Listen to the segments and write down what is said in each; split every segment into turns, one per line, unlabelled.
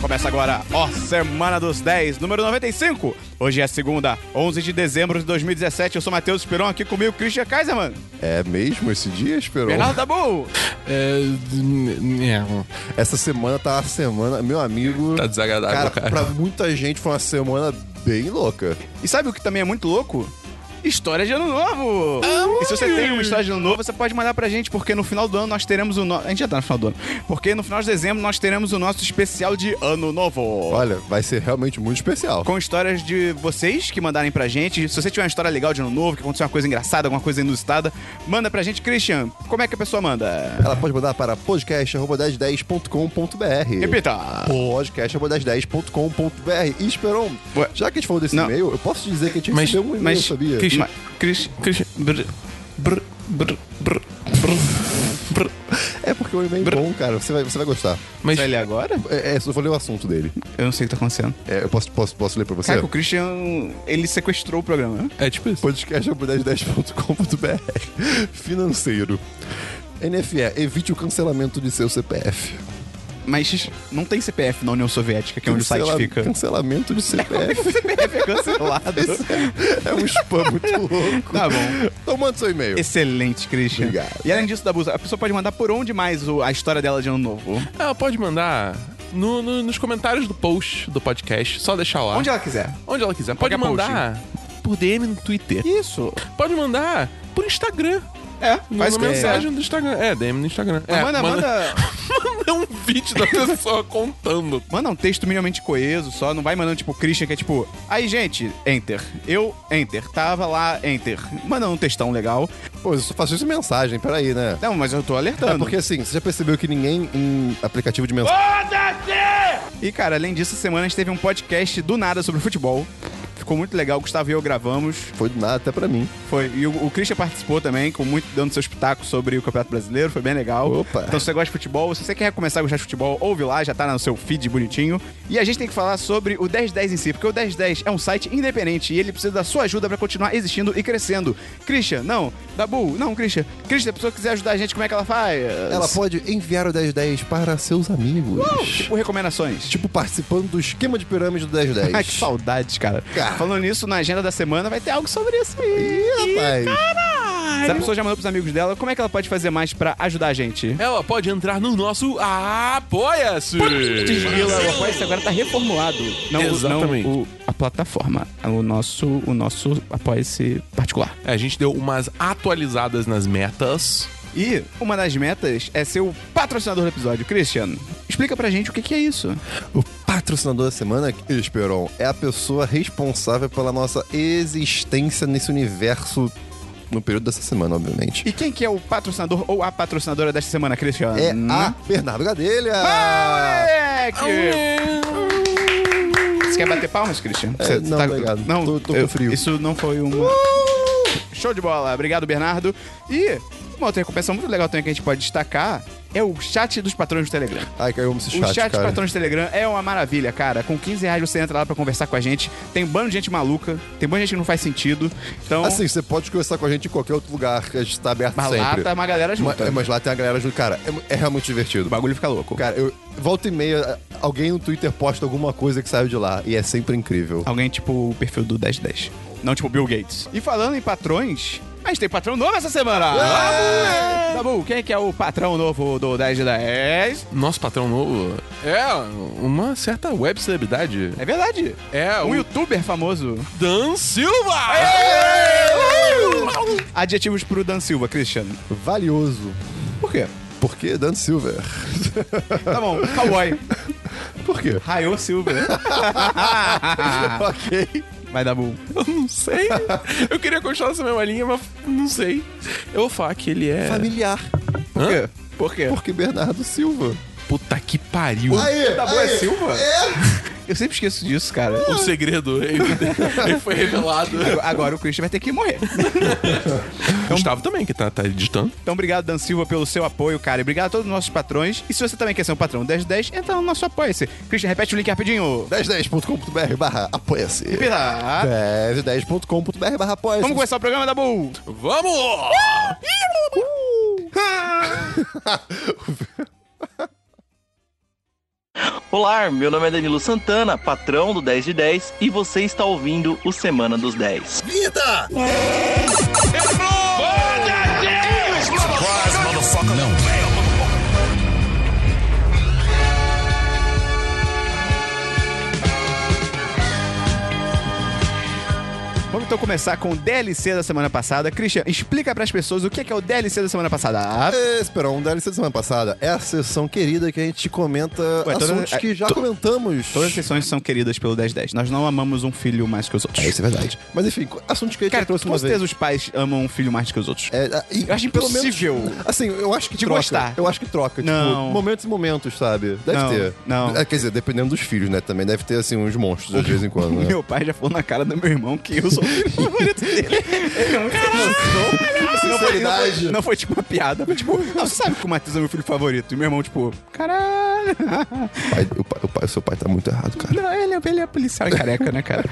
Começa agora, ó, Semana dos 10, número 95. Hoje é segunda, 11 de dezembro de 2017. Eu sou Matheus Esperon, aqui comigo, Christian Kaiserman.
É mesmo esse dia, Esperon?
Bernardo é, Dabu.
É, n- n-
Essa semana tá a semana, meu amigo.
Tá desagradável,
cara,
cara.
pra muita gente foi uma semana bem louca.
E sabe o que também é muito louco? História de Ano Novo! e se você tem uma história de Ano Novo, você pode mandar pra gente, porque no final do ano nós teremos o nosso... A gente já tá no final do ano. Porque no final de dezembro nós teremos o nosso especial de Ano Novo.
Olha, vai ser realmente muito especial.
com histórias de vocês que mandarem pra gente. Se você tiver uma história legal de ano novo, que aconteceu uma coisa engraçada, alguma coisa inusitada, manda pra gente. Christian, como é que a pessoa manda?
Ela pode mandar para podcast.1010.com.br.
Repita.
Podcast.1010.com.br. E Esperon,
Ué.
já que a gente falou desse
Não.
e-mail, eu posso te dizer que a gente
Mas-
recebeu um e-mail,
mas-
sabia?
Cris-
Ma- Chris,
Christian, brr, brr, brr, brr, brr, brr.
É porque é um e-mail bom, cara. Você vai, você vai gostar.
Mas
vai ler agora?
É, é, eu vou ler o assunto dele.
Eu não sei o que tá acontecendo.
É, eu posso, posso, posso ler pra você?
Cara, o Christian, ele sequestrou o programa. né?
é tipo isso.
podcast.1010.com.br Financeiro. NFE, evite o cancelamento de seu CPF.
Mas não tem CPF na União Soviética, que é onde o site
Cancela-
fica.
Cancelamento de CPF.
CPF é cancelado.
é um spam muito louco.
Tá bom.
Então manda seu e-mail.
Excelente, Christian.
Obrigado.
E além disso, Dabu, a pessoa pode mandar por onde mais o- a história dela de ano novo?
Ela Ah, pode mandar no- no- nos comentários do post do podcast, só deixar lá.
Onde ela quiser.
Onde ela quiser. Pode
Qualquer
mandar por DM no Twitter.
Isso.
Pode mandar por Instagram.
É, faz
Faz
que
mensagem do Instagram. É, DM no Instagram. É,
manda, manda,
manda um vídeo da pessoa contando.
Manda um texto minimamente coeso só, não vai mandando tipo Christian, que é tipo, aí gente, enter. Eu, enter. Tava lá, enter. Manda um textão legal.
Pô, eu só faço isso em mensagem, peraí, né?
Não, mas eu tô alertando.
É porque assim, você já percebeu que ninguém em aplicativo de mensagem.
E cara, além disso, essa semana a gente teve um podcast do nada sobre futebol. Ficou muito legal, o Gustavo e eu gravamos.
Foi do nada até pra mim.
Foi. E o, o Christian participou também, com muito dando seus pitacos sobre o Campeonato Brasileiro, foi bem legal.
Opa.
Então, se você gosta de futebol, se você quer começar a gostar de futebol, ouve lá, já tá no seu feed bonitinho. E a gente tem que falar sobre o 1010 em si, porque o 1010 é um site independente e ele precisa da sua ajuda pra continuar existindo e crescendo. Christian, não. Dabu, não, Christian. Christian, se a pessoa quiser ajudar a gente, como é que ela faz?
Ela pode enviar o 1010 para seus amigos.
Tipo, recomendações.
Tipo, participando do esquema de pirâmide do 1010.
Ai, que saudades, cara.
Cara.
Falando nisso, na agenda da semana vai ter algo sobre isso aí.
Ih, rapaz.
Se a pessoa já mandou pros amigos dela, como é que ela pode fazer mais pra ajudar a gente?
Ela pode entrar no nosso Apoia-se.
Desgrila, o Apoia-se agora tá reformulado. Não, o-
Exatamente.
não o- a plataforma, o nosso, o nosso Apoia-se particular.
É, A gente deu umas atualizadas nas metas.
E uma das metas é ser o patrocinador do episódio. Christian, explica pra gente o que, que é isso.
O patrocinador da semana, Esperon, é a pessoa responsável pela nossa existência nesse universo no período dessa semana, obviamente.
E quem que é o patrocinador ou a patrocinadora desta semana, Christian?
É a
Uhum.
Bernardo Gadelha!
Ah, moleque! Você quer bater palmas, Christian?
É,
Você tá-
não, obrigado.
Não,
Tô- tô com
eu-
frio. Uh!
Isso não foi um... Show de bola. Obrigado, Bernardo. E uma outra recompensa muito legal também que a gente pode destacar é o chat dos patrões do Telegram.
Ai, caiu esse
O
chat,
chat,
cara.
patrões do Telegram é uma maravilha, cara. Com 15 reais você entra lá pra conversar com a gente. Tem um bando de gente maluca, tem um bando de gente que não faz sentido. Então,
Assim, você pode conversar com a gente em qualquer outro lugar, a gente tá aberto
mas lá
sempre.
tá uma galera
mas,
junta.
é, mas lá tem a galera junto. Cara, é mu- é, realmente divertido.
O bagulho fica louco.
Cara, eu, volta e meia, alguém no Twitter posta alguma coisa que saiu de lá, e é sempre incrível.
Alguém tipo o perfil do 1010. Não tipo Bill Gates. E falando em patrões, a gente tem patrão novo essa semana! Dabu, Dabu, quem é que é o patrão novo do 10 de 10?
Nosso patrão novo é uma certa web celebridade.
É verdade.
É
Um
o
youtuber famoso.
Dan Silva!
Adjetivos pro Dan Silva, Christian.
Valioso.
Por quê?
Por que Dan Silver?
Tá bom, cowboy.
Por quê?
Raiô Silva. né? Ah.
ok.
Vai dar bom.
Eu não sei. Eu queria continuar essa mesma linha, mas não sei. Eu vou falar que ele é.
Familiar.
Por quê? Por quê?
Porque Bernardo Silva.
Puta que pariu.
Aí,
Dabu é Silva? É. Eu sempre esqueço disso, cara.
O segredo ele, ele foi revelado.
Agora o Christian vai ter que morrer.
Gustavo também, que tá, tá editando.
Então, obrigado, Dan Silva, pelo seu apoio, cara. E obrigado a todos os nossos patrões. E se você também quer ser um patrão 1010, entra no nosso apoia-se. Christian, repete o link rapidinho.
1010.com.br barra apoia-se.
Pita.
1010.com.br barra apoia-se.
Vamos começar o programa da Bull.
Vamos! Ah!
Olá, meu nome é Danilo Santana, patrão do 10 de 10, e você está ouvindo o Semana dos 10.
Vamos então começar com o DLC da semana passada. Christian, explica pras pessoas o que é, que é o DLC da semana passada. Ah,
É, Esperão, um DLC da semana passada. É a sessão querida que a gente comenta
Ué, então é, toda-
assuntos que já comentamos.
Todas as sessões são queridas pelo 1010. Nós não amamos um filho mais que os outros.
É, isso é verdade. Mas enfim, assuntos que a gente
Cara,
já trouxe
com
uma vez.
certeza os pais amam um filho mais que os outros.
É, a- e
Eu acho
pelo
impossível.
menos- assim, eu acho que
De
troca.
gostar.
Eu acho que troca.
Não.
Tipo, momentos e momentos, sabe? Deve
Não,
ter.
não.
É, quer dizer, dependendo dos filhos, né? Também deve ter, assim, uns monstros de vez em quando. Né?
Meu pai já falou na cara do meu irmão que eu sou o filho favorito dele. Ele não tem noção. Não foi- não
Sinceridade.
foi- Não foi tipo uma piada, foi tipo, não, você sabe que o Matheus é meu filho favorito. E meu irmão, tipo, caralho.
Pai- o, pai, o pai- o seu pai tá muito errado, cara.
Não, ele, é- ele é policial e careca, né, cara?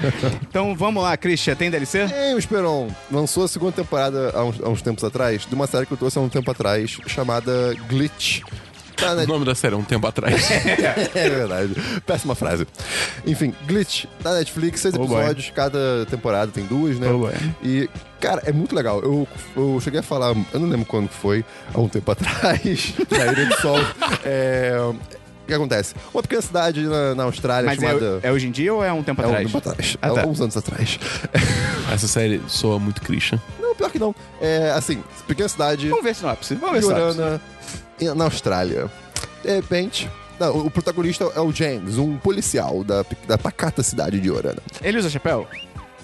Então vamos lá, Christian, tem DLC?
Ei, o Esperon lançou a segunda temporada há uns, há uns tempos atrás, de uma série que eu trouxe há um tempo atrás, chamada Glitch. Tá na
O nome da série é um tempo atrás.
É verdade. Péssima frase. Enfim, Glitch, da Netflix, seis
Oh, boy.
episódios, cada temporada tem duas, né?
Oh, boy.
e, cara, é muito legal. Eu, eu cheguei a falar, eu não lembro quando que foi, há um tempo atrás, na Ilha do Sol. É, o que acontece? Uma pequena cidade na, na Austrália
Mas é,
chamada.
é hoje em dia ou é um tempo
É um
atrás?
tempo atrás.
Ah, tá.
Há uns anos atrás.
Essa série soa muito Christian.
Não, pior que não. É, assim, pequena cidade.
Vamos ver a sinopse. Vamos ver a sinopse.
Piorana, na Austrália. De repente. não, o- o protagonista é o James, um policial da, da pacata cidade de Orana.
Ele usa chapéu?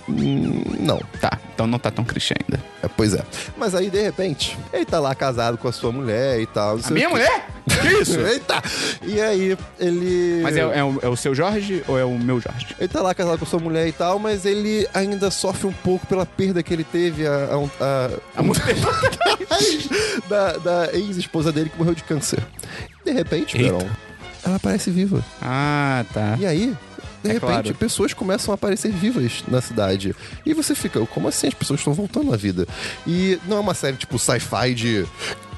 Não,
Tá, então não tá tão Christian ainda.
é, pois é. Mas aí, de repente, ele tá lá casado com a sua mulher e tal. não
A
sei o
minha
quê.
mulher?
É?
Que isso?
Eita! E aí, ele.
Mas é, é o, é o seu Jorge ou é o meu Jorge?
Ele tá lá casado com sua mulher e tal, mas ele ainda sofre um pouco pela perda que ele teve a, a, a-
A mulher.
da, da ex-esposa dele que morreu de câncer. De repente,
Eita.
Verão, ela aparece viva.
Ah, tá.
E aí, de
É
repente,
claro.
pessoas começam a aparecer vivas na cidade. E você fica, como assim as pessoas estão voltando à vida? E não é uma série tipo sci-fi de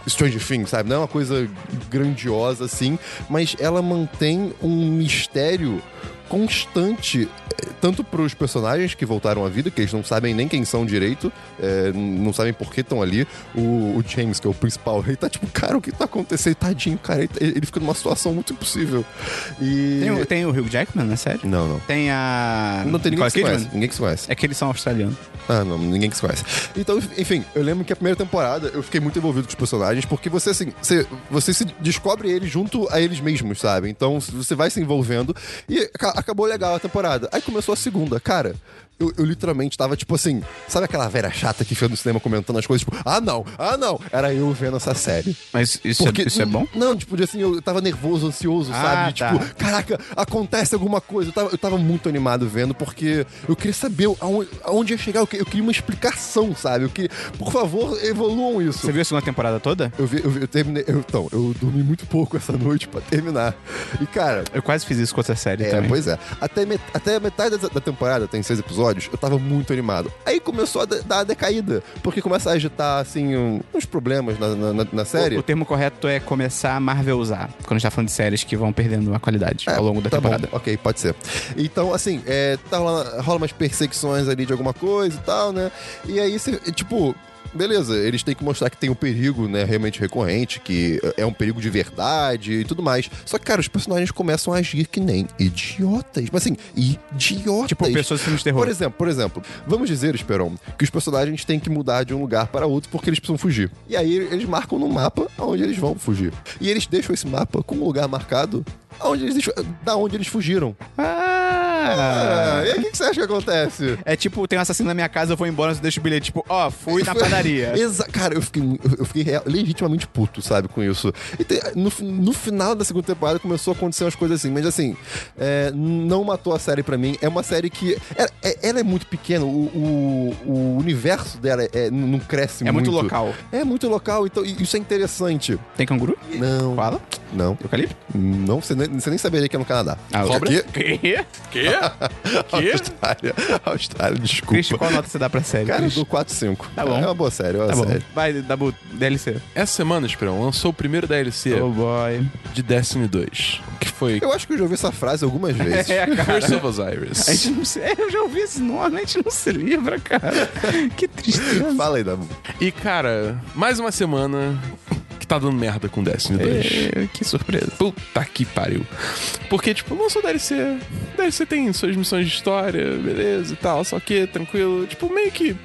Stranger Things, sabe? Não é uma coisa grandiosa assim, mas ela mantém um mistério constante, eh, tanto para os personagens que voltaram à vida, que eles não sabem nem quem são direito, eh, n- não sabem por que estão ali. O, o James, que é o principal, ele tá tipo, cara, o que tá acontecendo? Tadinho, cara, ele, tá- ele fica numa situação muito impossível. E...
Tem um o, tem o Hugh Jackman na série?
Não, não.
Tem a.
Não tem ninguém
Nicole
que se
Kidman?
conhece. Ninguém que se conhece.
É que eles são australianos.
Ah, não, ninguém que se conhece. Então, enfim, eu lembro que a primeira temporada eu fiquei muito envolvido com os personagens, porque você, assim, você, você se descobre eles junto a eles mesmos, sabe? Então, você vai se envolvendo e aca- acabou legal a temporada. Aí começou a segunda. Cara, eu, eu literalmente tava, tipo assim, sabe aquela velha chata que fica no cinema comentando as coisas, tipo, ah, não, ah, não. Era eu vendo essa série.
Mas isso,
Porque-
é, isso é bom?
Não, tipo, de assim, eu tava nervoso, ansioso,
Ah,
sabe?
tá.
Tipo, caraca, acontece alguma coisa. Eu tava, eu tava muito animado vendo, porque eu queria saber aonde, aonde ia chegar. Eu, que- eu queria uma explicação, sabe? Eu queria, por favor, evoluam isso.
Você viu a segunda temporada toda?
Eu, vi- eu, vi- eu terminei. eu- então, eu dormi muito pouco essa noite pra terminar. E, cara.
Eu quase fiz isso com outra série
É,
também.
pois é. Até, met- até a metade da, da temporada, tem seis episódios, eu tava muito animado. Aí começou a de- dar a decaída, porque começa a agitar, assim, um- uns problemas na, na, na- na série.
O, o termo correto é começar a marvelzar. Quando a gente tá falando de séries que vão perdendo a qualidade ao longo da
tá
temporada.
Bom, ok, pode ser. Então, assim, é, tá rola, rola umas perseguições ali de alguma coisa e tal, né? E aí, cê, é, tipo. Beleza, eles têm que mostrar que tem um perigo, né, realmente recorrente, que é um perigo de verdade e tudo mais. Só que, cara, os personagens começam a agir que nem idiotas. Mas assim, idiotas.
Tipo, pessoas de filmes de terror.
É Por exemplo, por exemplo, vamos dizer, Esperon, que os personagens têm que mudar de um lugar para outro porque eles precisam fugir. E aí eles marcam no mapa aonde eles vão fugir. E eles deixam esse mapa com um lugar marcado aonde eles deixam- da onde eles fugiram.
Ah!
Ah, e aí o que, que você acha que acontece?
É tipo, tem um assassino na minha casa, eu vou embora, eu deixo o bilhete. Tipo, ó, fui na padaria.
Exa cara, eu fiquei, eu fiquei real- legitimamente puto, sabe, com isso. E tem- no, fi- no final da segunda temporada começou a acontecer umas coisas assim, mas assim, é, não matou a série pra mim. É uma série que. Ela, é- ela é muito pequena, o, o- o universo dela é- é- não cresce
É
muito.
muito local.
É muito local, então e isso é interessante.
Tem canguru?
Não.
Koala?
Não,
Eucalipto?
não, você nem, você nem saberia que é no Canadá.
Ah,
Só
cobra?
que-
Que?
Quê? Quê?
Austrália. Austrália, desculpa.
Christian, qual nota você dá pra série?
Cara, eu
Christian?
dou 4 5.
Tá bom.
É uma boa série, é uma
Tá bom.
série.
Vai, Dabu, DLC.
Essa semana, Esperão, lançou o primeiro DLC
Oh boy.
de Destiny 2, que foi
Eu acho que eu já ouvi essa frase algumas vezes.
É, cara.
Curse of Osiris.
A gente não se... Eu já ouvi esse nome, a gente não se livra, cara. Que tristeza.
Fala aí, Dabu.
E, cara, mais uma semana que tá dando merda com Destiny 2.
É, que surpresa.
Puta que pariu. Porque, tipo, lançou DLC. DLC tem suas missões de história, beleza e tal, só que tranquilo. Tipo, meio que.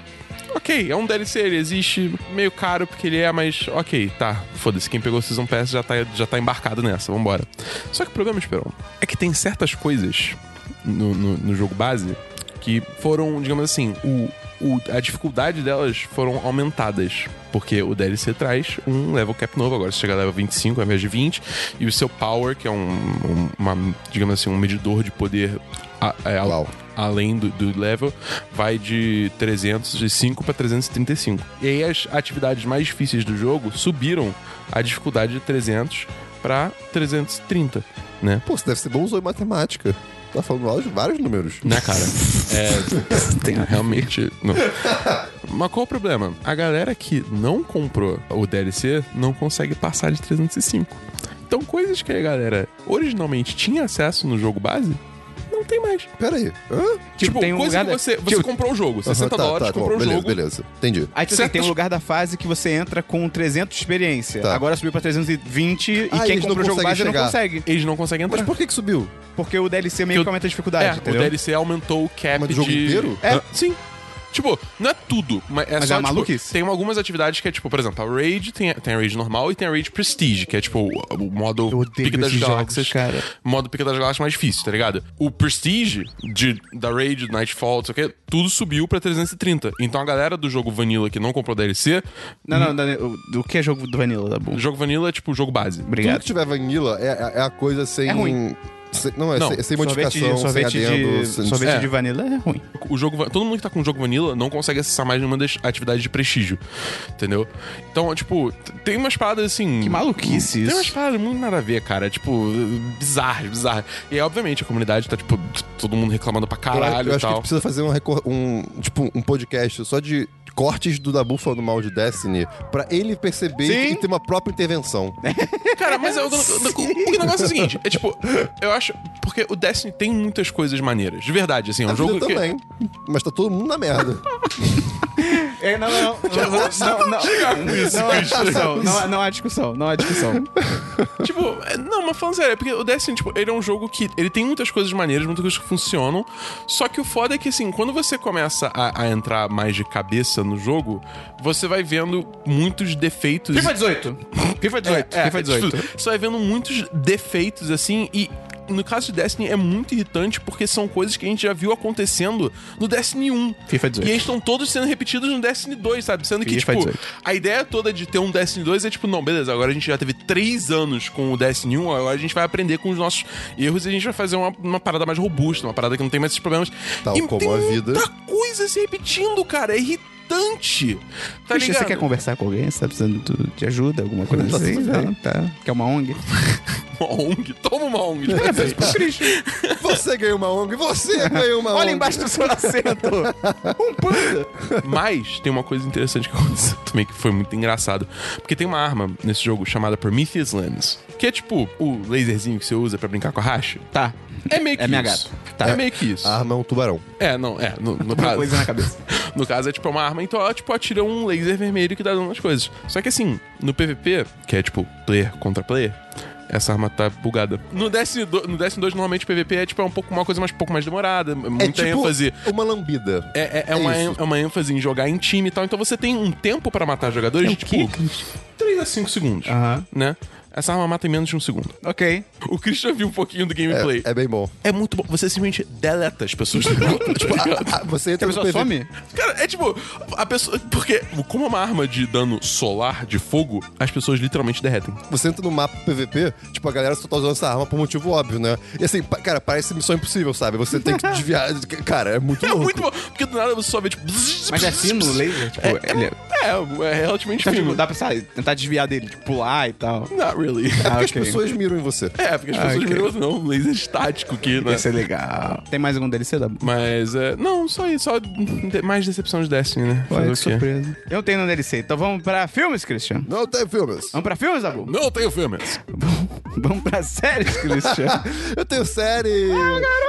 Ok, é um DLC, ele existe meio caro porque ele é, mas ok, tá. Foda-se, quem pegou o Season Pass já tá, já tá embarcado nessa, vambora. Só que o problema, Esperão, é que tem certas coisas no, no, no jogo base que foram, digamos assim, o, o- a dificuldade delas foram aumentadas. Porque o DLC traz um level cap novo, agora você chega a level 25 ao invés de 20, e o seu power, que é um, um- uma, digamos assim, um medidor de poder a- é, a-
Uau.
além do, do level, vai de 305 para 335. E aí as atividades mais difíceis do jogo subiram a dificuldade de 300 para 330, né?
Pô, você deve ser bom usou em matemática. Tá falando lá de vários números.
Né, cara? É. tem realmente. Não. Mas qual o problema? A galera que não comprou o DLC não consegue passar de 305. Então, coisas que a galera originalmente tinha acesso no jogo base, não tem mais.
Pera aí. Hã?
Tipo,
tem um
coisa
lugar
que
da-
você, você
tipo-
comprou o jogo, 60
Aham, tá,
dólares,
tá,
um
comprou
bom,
o
beleza,
jogo.
beleza. Entendi.
Aí tipo, assim,
Certas-
tem um lugar da fase que você entra com 300 de experiência.
Tá.
Agora subiu pra 320 e
Ah,
quem
eles não
compra o jogo
conseguem
base não
chegar.
consegue.
Eles não conseguem
Mas tipo,
entrar.
por que que subiu?
Porque o DLC meio
Que o-
que aumenta a dificuldade,
É, o
entendeu?
DLC aumentou o cap
Mas
de...
do jogo inteiro?
É, sim. Tipo, não é tudo, mas é
Mas
só,
é
tipo,
maluquice.
tem algumas atividades que é, tipo, por exemplo, a Raid, tem, tem a Raid normal e tem a Raid Prestige, que é, tipo, o, o modo
Eu odeio
Pica das
esses jogos,
Galáxias.
cara.
Modo Pica das Galáxias mais difícil, tá ligado? O Prestige de, da Raid, do Nightfall, não sei o quê, tudo subiu pra 330. Então a galera do jogo Vanilla que não comprou DLC,
Não, não, não, o- o que é jogo do Vanilla, Dabu?
o jogo Vanilla é, tipo, o jogo base.
Tudo
Obrigado.
que tiver vanilla é, é- é a coisa sem...
É ruim.
sem- não, é
Não,
sem, sem
sorvete de,
modificação,
sorvete,
sem adendo.
de,
sem-
sorvete
É.
de Vanilla é ruim.
o jogo va- todo mundo que tá com o jogo vanilla não consegue acessar mais nenhuma das atividades de prestígio, entendeu? Então, tipo, t- tem umas paradas assim,
Que maluquice
tem
isso.
umas paradas muito nada a ver, cara, tipo, bizarras, bizarras. E aí, obviamente a comunidade tá tipo t- todo mundo reclamando pra
Eu-
caralho
eu
e
acho que a gente
tal.
precisa fazer um, recor- um, tipo, um podcast só de cortes do Dabu falando mal de Destiny pra ele perceber
Sim. É.
e ter uma própria intervenção.
Cara, mas é eu- eu- eu- o negócio é o seguinte, é tipo, eu acho porque o Destiny tem muitas coisas maneiras, de verdade, assim, é um
A
jogo
vida
que
também. Mas tá todo mundo na merda.
É, não, não, não, não, não, não, há discussão, não, há- não há discussão, não há discussão.
Tipo, é- não, mas falando sério, é porque o Destiny, tipo, ele é um jogo que ele tem muitas coisas maneiras, muitas coisas que funcionam. Só que o foda é que, assim, quando você começa a, a entrar mais de cabeça no jogo, você vai vendo muitos defeitos.
FIFA 18. FIFA 18.
É,
FIFA 18.
tipo, Você vai vendo muitos defeitos, assim, e. No caso de Destiny é muito irritante porque são coisas que a gente já viu acontecendo no Destiny 1.
FIFA 18.
E eles estão todos sendo repetidos no Destiny 2, sabe? Sendo que,
FIFA
tipo,
18.
a ideia toda de ter um Destiny 2 é tipo, não, beleza, agora a gente já teve três anos com o Destiny 1, agora a gente vai aprender com os nossos erros e a gente vai fazer uma, uma parada mais robusta, uma parada que não tem mais esses problemas.
Tal
e
como
tem
a vida.
muita coisa se repetindo, cara. É irritante. Tá
Christian,
ligado?
você quer conversar com alguém? Você tá precisando do- de ajuda, alguma coisa
Não,
assim?
tudo
Tá,
bem.
tá. Quer uma ONG?
Uma ONG. Toma uma ONG. de presente.
Você ganhou uma ONG, você ganhou uma ONG.
Olha embaixo do seu assento. Um panda.
Mas tem uma coisa interessante que aconteceu também que foi muito engraçado. Porque tem uma arma nesse jogo chamada Prometheus Lens, que é tipo o laserzinho que você usa pra brincar com a racha.
Tá.
É meio que
É minha
isso.
gata. Tá.
É meio que isso.
A arma é um tubarão.
É, não, é. No, no
Uma
caso,
coisa na cabeça.
no caso é tipo uma arma, então ela tipo atira um laser vermelho que dá dano nas coisas. Só que assim, no PVP, que é tipo player contra player, essa arma tá bugada. No Destiny 2, no Destiny 2 normalmente o PVP é tipo é um pouco uma coisa mais um pouco mais demorada, muita
É tipo
ênfase.
uma lambida.
É, é- é
É
uma,
isso.
en- é uma ênfase em jogar em time e tal. Então você tem um tempo pra matar
É
jogadores de tipo 3 a 5 segundos.
Aham.
Né? Essa arma mata em menos de um segundo.
Ok.
O Christian viu um pouquinho do gameplay.
É, é bem bom.
É muito bom. Você simplesmente deleta as pessoas do mapa, tá ligado?
Ah, você
A
entra no
pessoa
PV.
some?
Cara, é tipo, a pessoa. Porque, como é uma arma de dano solar, de fogo, as pessoas literalmente derretem.
Você entra no mapa PVP, tipo, a galera só tá usando essa arma por motivo óbvio, né? E assim, pa- cara, parece missão impossível, sabe? Você tem que desviar. Cara, é muito
É
louco.
muito bom, porque do nada você só vê tipo.
Mas é fino o laser? Tipo,
É,
ele é-
é, é relativamente
Então,
fino.
tipo, dá pra sabe, tentar tentar desviar dele, de pular e tal.
Not really.
Porque
Ah,
as
ok.
pessoas miram em você.
É, porque as
Ah,
pessoas
ok. é-
viram não, um laser estático aqui, né?
Ia ser legal. Tem mais algum DLC da
Mas, é, não, só isso, só de- mais decepção de Destiny, né? Fazer o quê?
surpresa. Eu não tenho no DLC, então vamos pra filmes, Christian?
Não é tem filmes.
Vamos pra filmes, Dabu?
Não tenho filmes.
vamos pra séries, Christian.
Eu tenho série!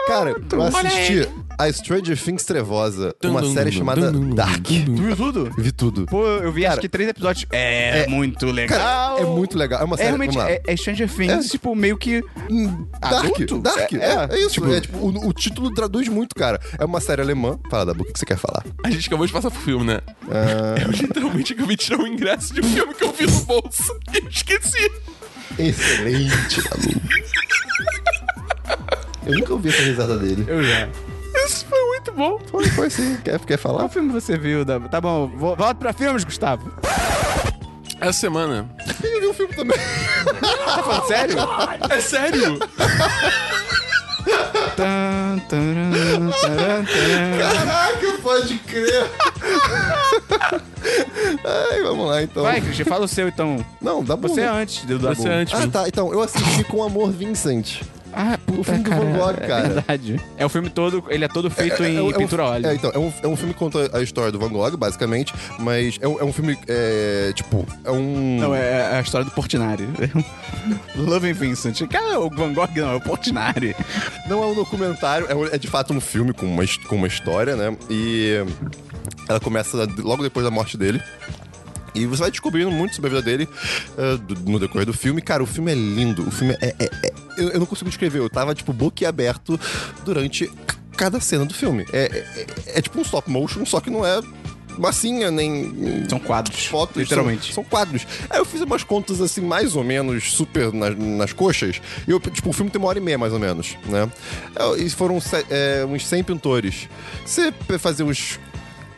Cara, eu
Ah, Olha
assisti
aí.
a Stranger Things Trevosa, uma
Dum, dum,
série
dum,
chamada
dum, dum,
Dark.
dum, dum.
viu tudo?
Vi tudo.
Pô, eu vi
Cara,
acho que três episódios. É,
é-
muito legal.
Cara, é muito legal. É uma
É
série.
realmente,
vamos lá.
é, é Stranger Things,
É.
tipo, meio que...
Hum, Dark,
Adulto?
Dark,
É,
é,
é.
é isso. é, tipo, o, o título traduz muito, cara. É uma série alemã. Fala, Dabu, o que que você quer falar?
A gente acabou de passar pro filme, né? Eu literalmente acabei de tirar o ingresso de um filme que eu vi no bolso e eu esqueci.
Excelente, Dabu. Eu nunca ouvi essa risada dele.
Eu já.
Isso foi muito bom.
Foi, foi sim. Quer, quer falar?
Qual filme você viu, Dabu? Tá bom, vou, volta pra filmes, Gustavo.
Essa semana.
Eu vi um filme também.
Tá falando sério?
É sério?
Tan, taran, taran, taran.
Caraca, pode crer. Ai, vamos lá, então.
Vai, Christian, fala o seu, então.
Não, dá pra
Você é
ver.
antes do Dabu.
Você é antes.
Ah,
mano.
tá. Então, eu assisti com Amor Vincent.
Ah, puta,
filme do Van Gogh, cara.
É verdade. É o filme todo, ele é todo feito em
É, é um-
pintura a óleo.
É, então, é um, é um filme que conta a história do Van Gogh, basicamente, mas é um, é um filme, é, tipo, é um...
Não, é a história do Portinari. Loving Vincent. Cara, o Van Gogh não, é o Portinari.
não é um documentário, é, um- é de fato um filme com uma, his- com uma história, né? E ela começa logo depois da morte dele. E você vai descobrindo muito sobre a vida dele eh, do- no decorrer do filme. Cara, o filme é lindo. O filme é. é- é- eu, eu não consigo descrever. Eu tava, tipo, boquiaberto durante c- cada cena do filme. É, é- é- é tipo um stop motion, só que não é massinha, nem
São quadros.
fotos.
Literalmente.
São, são quadros. Aí eu fiz umas contas, assim, mais ou menos, super nas, nas coxas. E eu, tipo, o filme tem uma hora e meia, mais ou menos, né? Eu- E foram se- é, uns 100 pintores. Você pe- fazer uns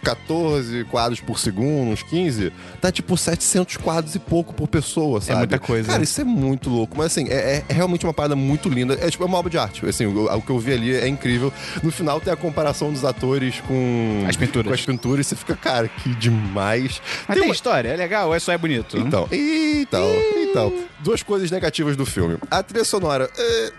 14 quadros por segundo, uns 15, dá tipo 700 quadros e pouco por pessoa, sabe?
muita coisa.
Cara, isso é muito louco. Mas assim, é, é- é realmente uma parada muito linda. É tipo, é uma obra de arte. Assim, o, o que eu vi ali é incrível. No final tem a comparação dos atores com...
As pinturas.
Com as pinturas. Você fica, cara, que demais.
Mas tem, história, é legal, ou é só é bonito?
Então, então, então. Duas coisas negativas do filme. A trilha sonora. É...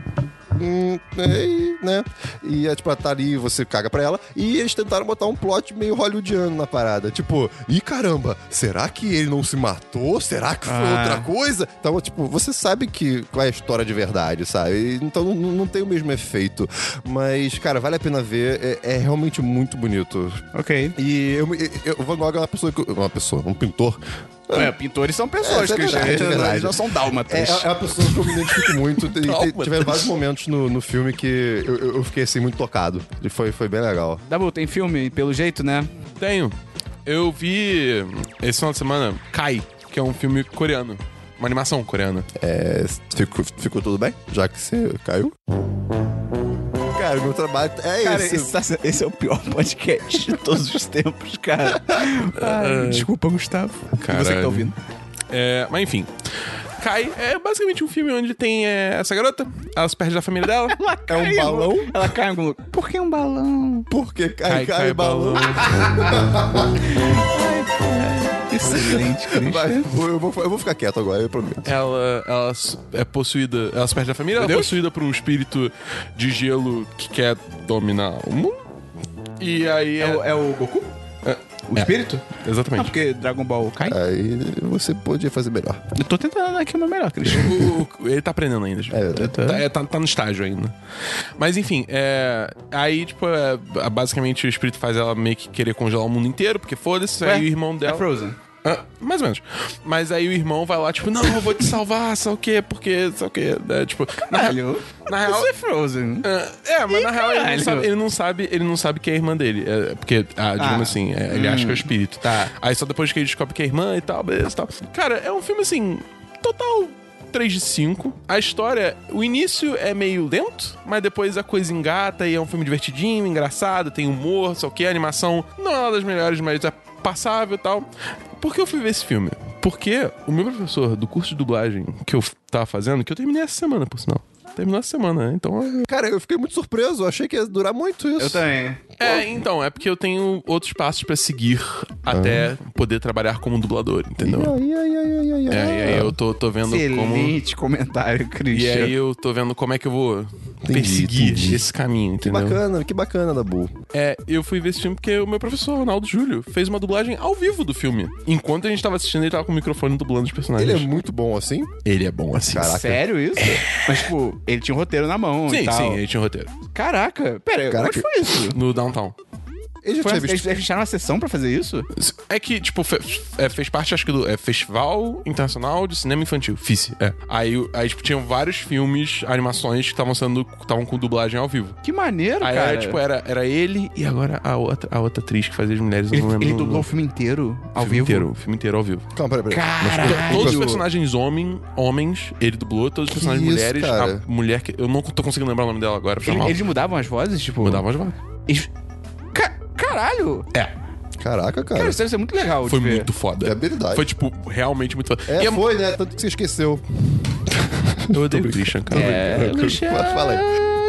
hum, é, né? E é tipo, ela tá ali você caga pra ela. E eles tentaram botar um plot meio hollywoodiano na parada. Tipo, e caramba, será que ele não se matou? Será que foi
Ah.
outra coisa? Então, tipo, você sabe que qual é a história de verdade, sabe? Então não, não tem o mesmo efeito. Mas, cara, vale a pena ver. É- é realmente muito bonito.
Ok.
E eu, me- eu- o Van Gogh é uma pessoa que. eu- Uma pessoa, um pintor.
É, pintores são
É,
pessoas,
isso é
Christian.
verdade,
Eles,
é
não-
verdade.
eles não são dálmatas.
É, é uma pessoa que eu me identifico muito. E te-
Calma,
tiveram vários momentos no, no filme que eu, eu- eu fiquei assim muito tocado. E foi, foi bem legal.
Dabu, tem filme, pelo jeito, né?
Tenho. Eu vi esse final de semana Kai, que é um filme coreano. Uma animação coreana.
É, ficou, ficou tudo bem? Já que você caiu? Cara, meu trabalho é
Cara,
esse.
esse, tá se- esse é o pior podcast de todos os tempos, cara. Ai, desculpa, Gustavo. E você que
Caralho.
tá ouvindo.
É, mas enfim. Kai é basicamente um filme onde tem é, essa garota, ela se perde da família dela.
É um balão?
Ela cai em algum lugar. Por que um balão?
Por que cai, cai, balão?
Excelente, Christian.
Vai, eu, vou, eu vou ficar quieto agora, eu prometo.
Ela, ela s- é possuída. Ela se perde da família, ela é possuída por um espírito de gelo que quer dominar o mundo. E aí.
É o, é o Goku? O
é.
espírito? É. Ah,
Exatamente.
porque Dragon Ball cai?
Aí você podia fazer melhor.
Eu tô tentando dar aqui o meu melhor, Christian.
O- o- ele tá aprendendo ainda. gente.
verdade.
Tá, é, tá- tá no estágio ainda. Mas enfim, é, aí, tipo, é, basicamente o espírito faz ela meio que querer congelar o mundo inteiro, porque foda-se,
Ué,
aí o irmão dela.
É Frozen.
Ah, mais ou menos. Mas aí o irmão vai lá, tipo, não, eu vou te salvar, sei o quê, porque, sei o quê. né? Tipo, na,
Caralho.
na real.
Isso é Frozen.
Ah, é, mas na real ele não,
caralho.
sabe, ele não sabe, ele não sabe que é a irmã dele. É, porque, ah, digamos
Ah.
assim, é, ele acha que é o espírito.
Tá.
Aí só depois que ele descobre que é a irmã e tal, beleza e tal. Cara, é um filme assim, total 3 de 5. A história, o início é meio lento, mas depois a coisa engata e é um filme divertidinho, engraçado, tem humor, sei o que, a animação não é uma das melhores, mas é passável e tal. Por que eu fui ver esse filme? Porque o meu professor do curso de dublagem que eu tava fazendo, que eu terminei essa semana, por sinal. Terminou essa semana, né? então
Cara, eu fiquei muito surpreso. eu Achei que ia durar muito isso.
Eu também.
é, então, é porque eu
Ah.
tenho outros passos pra seguir até poder trabalhar como dublador, entendeu?
Ai, ai, ai, ai, ai, yeah,
É,
yeah.
e aí eu tô, tô vendo como.
Excelente comentário,
E
Christian.
aí eu tô vendo como é que eu vou
Entendi,
perseguir
entendi.
esse caminho,
Que
entendeu?
bacana, que bacana, Dabu.
É, eu fui ver esse filme porque o meu professor, Ronaldo Júlio, fez uma dublagem ao vivo do filme. Enquanto a gente tava assistindo, ele tava com o microfone dublando os personagens.
Ele é muito bom assim?
Ele é bom assim.
Caraca.
Sério isso? Mas, tipo, ele tinha um roteiro na mão e
Sim,
tal.
sim, ele tinha um roteiro.
Caraca, pera,
Caraca.
onde foi isso?
No Downtown.
Ele já
Foi,
tinha
eles
visto.
eles fecharam uma sessão pra fazer isso?
É que, tipo, fe- é, fez parte, acho que, do é, Festival Internacional de Cinema Infantil. FICE, é. Aí, o- aí, tipo, tinham vários filmes, animações que estavam sendo. estavam com dublagem ao vivo.
Que maneiro,
Aí
cara.
era, tipo, era, era ele e agora a outra, a outra atriz que fazia as mulheres. eu
ele,
não lembro.
ele
o
dublou o
nome.
filme inteiro, ao
filme
vivo.
Inteiro, o filme inteiro ao vivo.
Calma, peraí, peraí.
Caraca.
Todos os personagens homem, homens, ele dublou, todos os personagens
isso,
mulheres,
cara?
a mulher que. Eu não tô conseguindo lembrar o nome dela agora, foi
Ele-
mal.
eles mudavam as vozes, tipo.
Mudava as vozes.
Eles- Ca- caralho!
Caraca, cara.
Cara, isso deve ser muito legal.
Foi
de ver.
muito foda.
Que habilidade.
Foi, tipo, realmente muito foda.
É,
E é-
foi, né? Tanto que você esqueceu.
Eu odeio o Christian, cara.
É, Christian,
Fala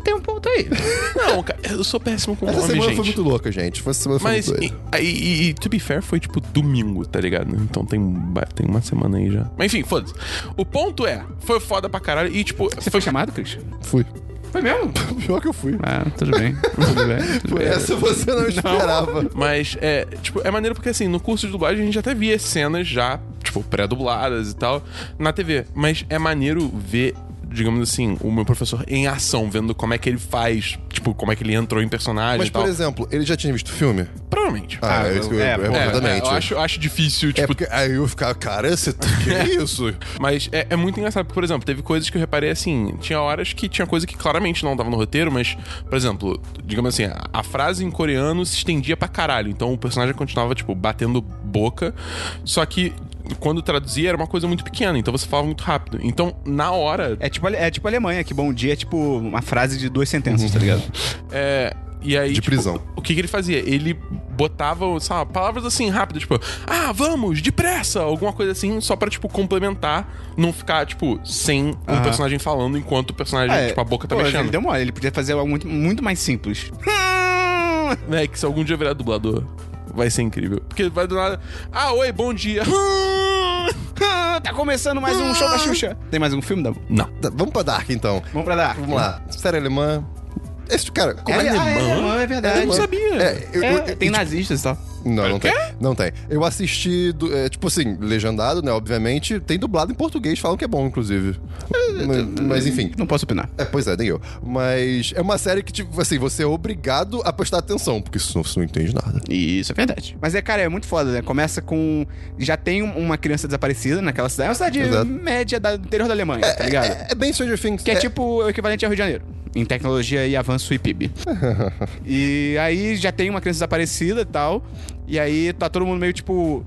Tem um ponto aí.
Não, cara, eu sou péssimo com
Essa
nome,
semana
gente.
foi muito louca, gente. Essa semana foi
Mas,
muito
e,
doida.
e- e- to be fair, foi tipo domingo, tá ligado? Então tem, ba- tem uma semana aí já. Mas enfim, foda-se. O ponto é, foi foda pra caralho e tipo.
Você foi chamado, Christian?
Fui.
Foi mesmo?
Pior que eu fui.
Ah, tudo bem. Tudo bem. Tudo
Por
bem.
essa você não esperava.
É. Mas é, tipo, é maneiro porque assim, no curso de dublagem a gente até via cenas já, tipo, pré-dubladas e tal, na TV. Mas é maneiro ver, digamos assim, o meu professor em ação, vendo como é que ele faz, tipo, como é que ele entrou em personagem
Mas,
e tal.
por exemplo, ele já tinha visto o filme?
Provavelmente.
Ah,
Ah,
é isso que eu,
é,
é,
pô.
é,
então- É, é,
completamente.
eu acho, eu acho difícil,
É
tipo,
porque aí eu ficava, cara, você tá... que isso?
Mas é, é muito engraçado, porque, por exemplo, teve coisas que eu reparei assim. Tinha horas que tinha coisa que claramente não tava no roteiro, mas, por exemplo, digamos assim, a, a frase em coreano se estendia pra caralho. Então o personagem continuava, tipo, batendo boca. Só que quando traduzia era uma coisa muito pequena, então você falava muito rápido. Então, na hora.
É tipo, Ale- é tipo Alemanha, que bom dia é tipo uma frase de duas sentenças, tá ligado?
é, e aí,
De
tipo,
prisão.
O que, que ele fazia? Ele botava, sabe, palavras assim rápidas, tipo, ah, vamos, depressa, alguma coisa assim, só pra, tipo, complementar, não ficar, tipo, sem um
Aham.
personagem falando enquanto o personagem,
É,
tipo, a boca tá
pô, Ele
mexendo.
deu mole, ele podia fazer algo muito, muito mais simples. Hum,
É que se algum dia eu virar dublador, vai ser incrível. Porque vai do nada, ah, oi, bom dia.
tá começando mais um
Hum.
show da Xuxa. Tem mais um filme, Dabu?
Não.
Tá, Vamos pra Dark, então.
Vamos pra dar.
Vamos lá. Série alemã. Esse cara, como é,
É, ah, é,
alemã?
alemã, é verdade.
Eu não sabia.
É, eu-
É,
eu- eu-
tem
tipo,
nazistas e tal.
Não, não tem. Não tem. Eu assisti, do- é, tipo assim, legendado, né? Obviamente. Tem dublado em português, falam que é bom, inclusive.
É,
mas, mas enfim.
Não posso opinar.
É, pois é, nem eu. Mas é uma série que, tipo, assim, você é obrigado a prestar atenção, porque senão você não entende nada.
Isso é verdade. Mas é, cara, é muito foda, né? Começa com. Já tem um- uma criança desaparecida naquela cidade. É uma cidade
Exato.
média da, do interior da Alemanha, tá ligado?
É, é bem Stranger Things.
Que é, tipo o equivalente ao Rio de Janeiro, em tecnologia e avanço e PIB. e aí já tem uma criança desaparecida e tal, e aí tá todo mundo meio tipo.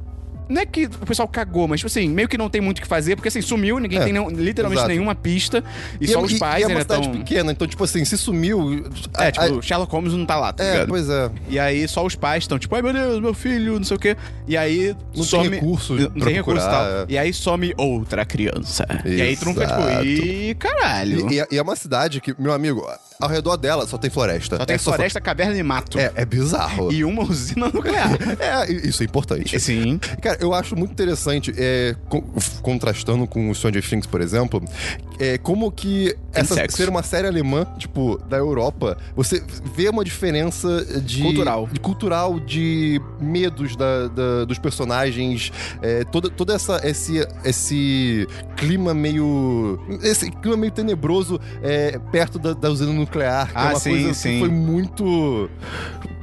Não é que o pessoal cagou, mas tipo assim, meio que não tem muito o que fazer, porque assim, sumiu, ninguém
É,
tem nenhum- literalmente
exato.
nenhuma pista, e, só
é-
os pais
e é
ainda
uma cidade
estão.
pequena, então, tipo assim, se sumiu. a-
É, tipo,
a-
o Sherlock Holmes não tá lá, tá
é
ligado?
pois é.
E aí só os pais estão, tipo, ai meu Deus, meu filho, não sei o quê. E aí
Não
some.
tem recurso
não
pra
tem recurso e tal.
procurar, é.
E aí some outra criança. E aí tu não fica,
Exato.
tipo, ih, caralho.
E, e é- e é uma cidade que, meu amigo, ao redor dela só tem floresta.
Só tem
é
floresta, caverna e mato.
É, é bizarro.
E uma usina nuclear.
É, i- isso é importante.
Sim.
Cara, eu acho muito interessante, é, co- f- contrastando com o Stranger Things, por exemplo, é, como que
Tem
essa,
sexo.
ser uma série alemã, tipo, da Europa, você vê uma diferença de...
Cultural.
De cultural, de medos da- da- dos personagens, é, toda, toda essa, esse, esse clima meio... Esse clima meio tenebroso é, perto da, da usina nuclear, que
Ah,
é uma
sim,
coisa
sim.
que foi muito...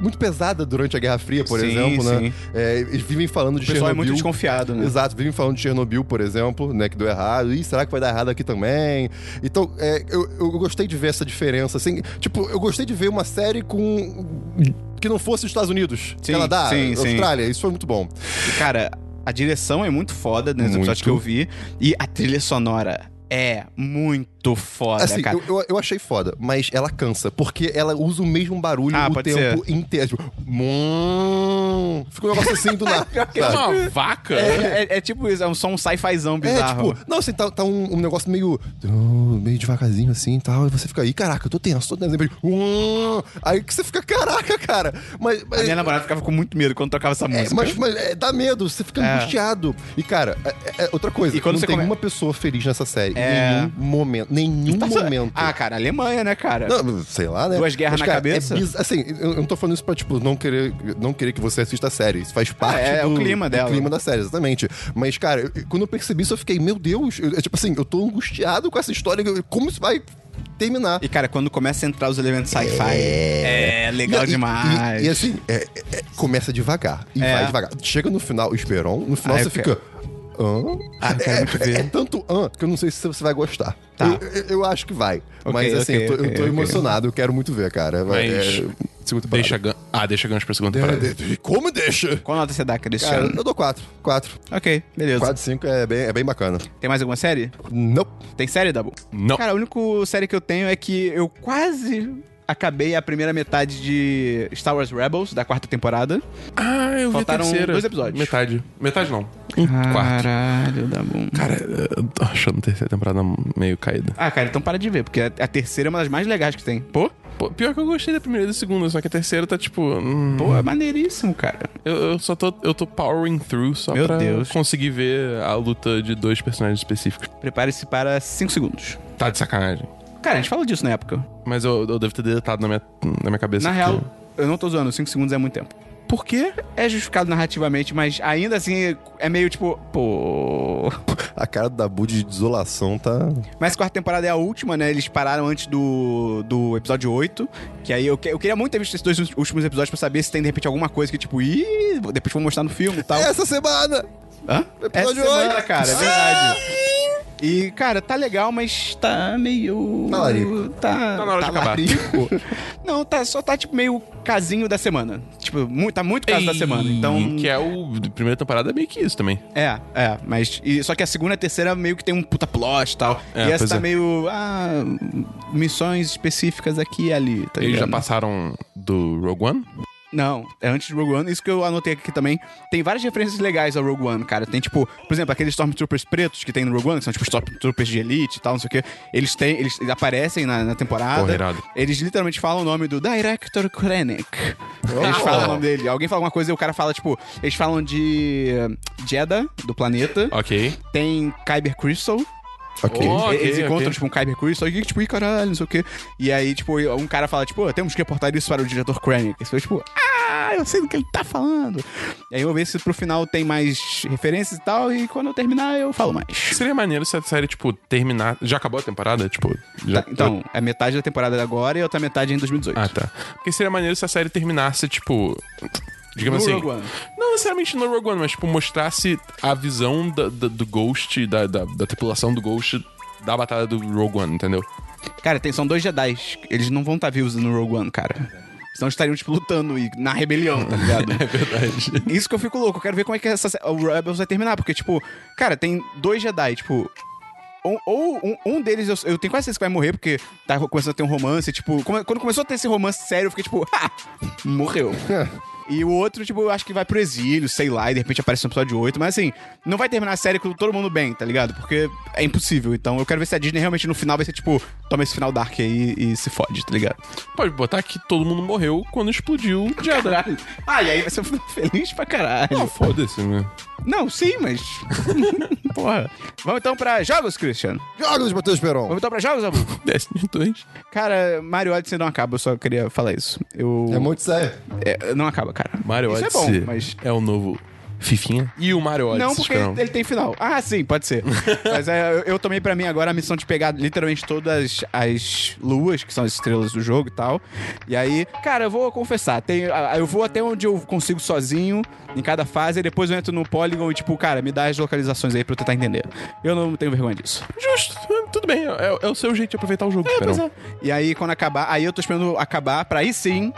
Muito pesada durante a Guerra Fria, por
Sim,
exemplo, né?
sim.
É, eles vivem falando de
O pessoal é muito
Chernobyl.
desconfiado, né?
Exato, vivem falando de Chernobyl, por exemplo, né, que deu errado. Ih, será que vai dar errado aqui também? Então, é, eu, eu gostei de ver essa diferença, assim. Tipo, eu gostei de ver uma série com... Que não fosse os Estados Unidos,
Sim,
Canadá,
sim, sim.
Austrália. Isso foi muito bom.
E, Cara, a direção é muito foda nos
Muito.
episódios que eu vi. E a trilha sonora é muito muito foda,
Assim,
cara.
eu, eu, eu achei foda, mas ela cansa, porque ela usa o mesmo barulho
Ah,
o
pode
tempo inteiro. Tipo, "Mum". fica um negócio assim do nada.
É
sabe?
uma vaca?
É, é- é tipo isso, é um som sci-fizão
É,
bizarro.
tipo, não, assim, tá, tá um, um negócio meio. uh, meio devagarzinho assim e tal. E você fica aí, caraca, eu tô tenso, tô tenso. Aí, uh, aí que você fica, caraca, cara. Mas.
A
mas
minha namorada ficava com muito medo quando tocava essa
é,
música.
mas, mas, é, dá medo, você fica
É.
angustiado. E, cara, é- é outra coisa,
E quando
não
você
tem
come-
uma pessoa feliz nessa série.
É.
Nenhum momento. Nenhum
Tá só-
momento.
Ah, cara, Alemanha, né, cara?
Não, sei lá, né?
Duas guerras na cabeça?
é biz- assim, eu eu não tô falando isso pra, tipo, não querer, não querer que você assista a série. Isso faz parte
é, é o
do,
clima
do
dela.
clima da série, exatamente. Mas, cara, eu- eu- quando eu percebi isso, eu fiquei, meu Deus, eu- é tipo assim, eu tô angustiado com essa história, eu- como isso vai terminar?
E, cara, quando começa a entrar os elementos sci-fi, é, legal
Não, e-
demais.
E, e assim, é- é- é, começa devagar e
É.
vai devagar. Chega no final, Esperon, no final
Ah,
você
eu quero-
fica. Hã?
Ah, eu quero
é,
muito ver.
é- é tanto hã que eu não sei se você vai gostar.
Tá.
Eu, eu- eu acho que vai.
Ok,
mas assim,
ok,
eu tô, eu
ok,
tô
ok.
emocionado, eu quero muito ver, cara. Vai-
Mas-
É, segunda temporada.
Deixa gan... Ah, deixa gancho pra segunda
É,
temporada.
de- de- Como deixa?
Qual nota você dá, Cristiano?
Cara, eu dou 4. 4.
Ok, beleza.
4, 5 é bem, é bem bacana.
Tem mais alguma série?
Não.
Tem série, Dabu?
Não.
Cara, a única série que eu tenho é que eu quase acabei a primeira metade de Star Wars Rebels, da quarta temporada.
Ah, eu vi
Faltaram
a terceira.
dois episódios.
Metade. Metade não. Um quarto.
Caralho, Dabu.
Cara, eu tô achando a terceira temporada meio caída.
Ah, cara, então para de ver, porque a a terceira é uma das mais legais que tem.
Pô? Pô, pior que eu gostei da primeira e da segunda, só que a terceira tá tipo. hum,
Pô, é maneiríssimo, cara.
Eu, eu só tô, eu tô powering through só
Meu
pra
Deus.
conseguir ver a luta de dois personagens específicos.
Prepare-se para 5 segundos.
Tá de sacanagem.
Cara, a gente falou disso na época.
Mas eu, eu devo ter deletado na minha, na minha cabeça.
na
porque-
real, eu não tô zoando, 5 segundos é muito tempo.
Por quê?
É justificado narrativamente, mas ainda assim é meio tipo, pô.
A cara do Dabu de desolação tá.
Mas quarta temporada é a última, né? Eles pararam antes do, do episódio 8. Que aí eu, que- eu queria muito ter visto esses dois últimos episódios pra saber se tem de repente alguma coisa que, tipo, ih, depois vou mostrar no filme e tal.
Essa semana!
Hã? Essa
Episódio
semana,
oito.
cara, é verdade. E, cara, tá legal, mas tá meio.
Tá larico.
Tá,
Tá na hora de acabar.
larico. Não, tá, só tá, tipo, meio casinho da semana. Tipo, mu- tá muito caso da semana. Então.
Que é o. de Primeira temporada é meio que isso também.
É, é, mas. e- só que a segunda e a terceira meio que tem um puta plot e tal.
É,
e essa
pois
tá
é.
meio. Ah, missões específicas aqui e ali, tá
Eles já
ligado?
passaram do Rogue One?
Não, é antes de Rogue One. Isso que eu anotei aqui também. Tem várias referências legais ao Rogue One, cara. Tem, tipo, por exemplo, aqueles Stormtroopers pretos que tem no Rogue One, que são, tipo, Stormtroopers de elite e tal, não sei o quê. Eles têm, eles aparecem na, na temporada.
Porra, irado.
Eles literalmente falam o nome do Director Krennic. Eles falam o nome dele. Alguém fala alguma coisa e o cara fala, tipo... Eles falam de eh, Jeddah, do planeta.
Ok.
Tem Kyber Crystal,
Ok.
Oh. ok,
eles encontram,
ok.
tipo, um Kyber Crystal e, tipo, ih, caralho, não sei o quê. E aí, tipo, um cara fala, tipo, "Ô, temos que reportar isso para o diretor Krennic. E foi, tipo, ah, eu sei do que ele tá falando. E aí eu vou ver se pro final tem mais referências e tal, e quando eu terminar eu falo mais.
Seria maneiro se a série, tipo, terminar. Já acabou a temporada? Tipo, já.
Tá, então, é metade da temporada agora e a outra metade é em 2018.
Ah, tá. Porque seria maneiro se a série terminasse, tipo. Digamos
No
assim.
Rogue One.
Não necessariamente no Rogue One, mas, tipo, mostrasse a visão da- da- do Ghost, da, da, da tripulação do Ghost da batalha do Rogue One, entendeu?
Cara, tem, são dois Jedi. Eles não vão estar vivos no Rogue One, cara. Senão estariam, tipo, lutando e na rebelião, tá ligado?
É verdade.
Isso que eu fico louco. Eu quero ver como é que essa, sé- o Rebels vai terminar. Porque, tipo, cara, tem dois Jedi, tipo. Ou, ou um, um deles, eu, eu tenho quase certeza que vai morrer, porque tá começando a ter um romance. Tipo, come- quando começou a ter esse romance sério, eu fiquei tipo, ah, morreu. E o outro, tipo, eu acho que vai pro exílio, sei lá, e de repente aparece no episódio 8. Mas assim, não vai terminar a série com todo mundo bem, tá ligado? Porque é impossível. Então eu quero ver se a Disney realmente no final vai ser tipo, toma esse final dark aí e se fode, tá ligado?
Pode botar que todo mundo morreu quando explodiu o Jedi.
Ah, e aí vai ser um final feliz pra caralho.
Não, foda-se, né?
Não, sim, mas. Porra. Vamos então pra jogos, Christian.
Jogos, Matheus Peron!
Vamos então pra jogos, amor.
Destiny 2.
Cara, Mario Odyssey não acaba, eu só queria falar isso. Eu.
É muito sério.
É, não acaba, cara.
Mario
isso
Odyssey
é bom, mas.
é o novo Fifinha. E o Mario Odyssey,
Não, porque
Esperão.
ele, ele tem final. Ah, sim, pode ser. Mas é, eu, eu tomei pra mim agora a missão de pegar literalmente todas as luas, que são as estrelas do jogo e tal. E aí, cara, eu vou confessar, tem, a- eu vou até onde eu consigo sozinho, em cada fase, e depois eu entro no Polygon e, tipo, cara, me dá as localizações aí pra eu tentar entender. Eu não tenho vergonha disso.
Justo, tudo bem. É, é o seu jeito de aproveitar o
É,
jogo, Esperão.
E aí, quando acabar, aí eu tô esperando acabar pra aí sim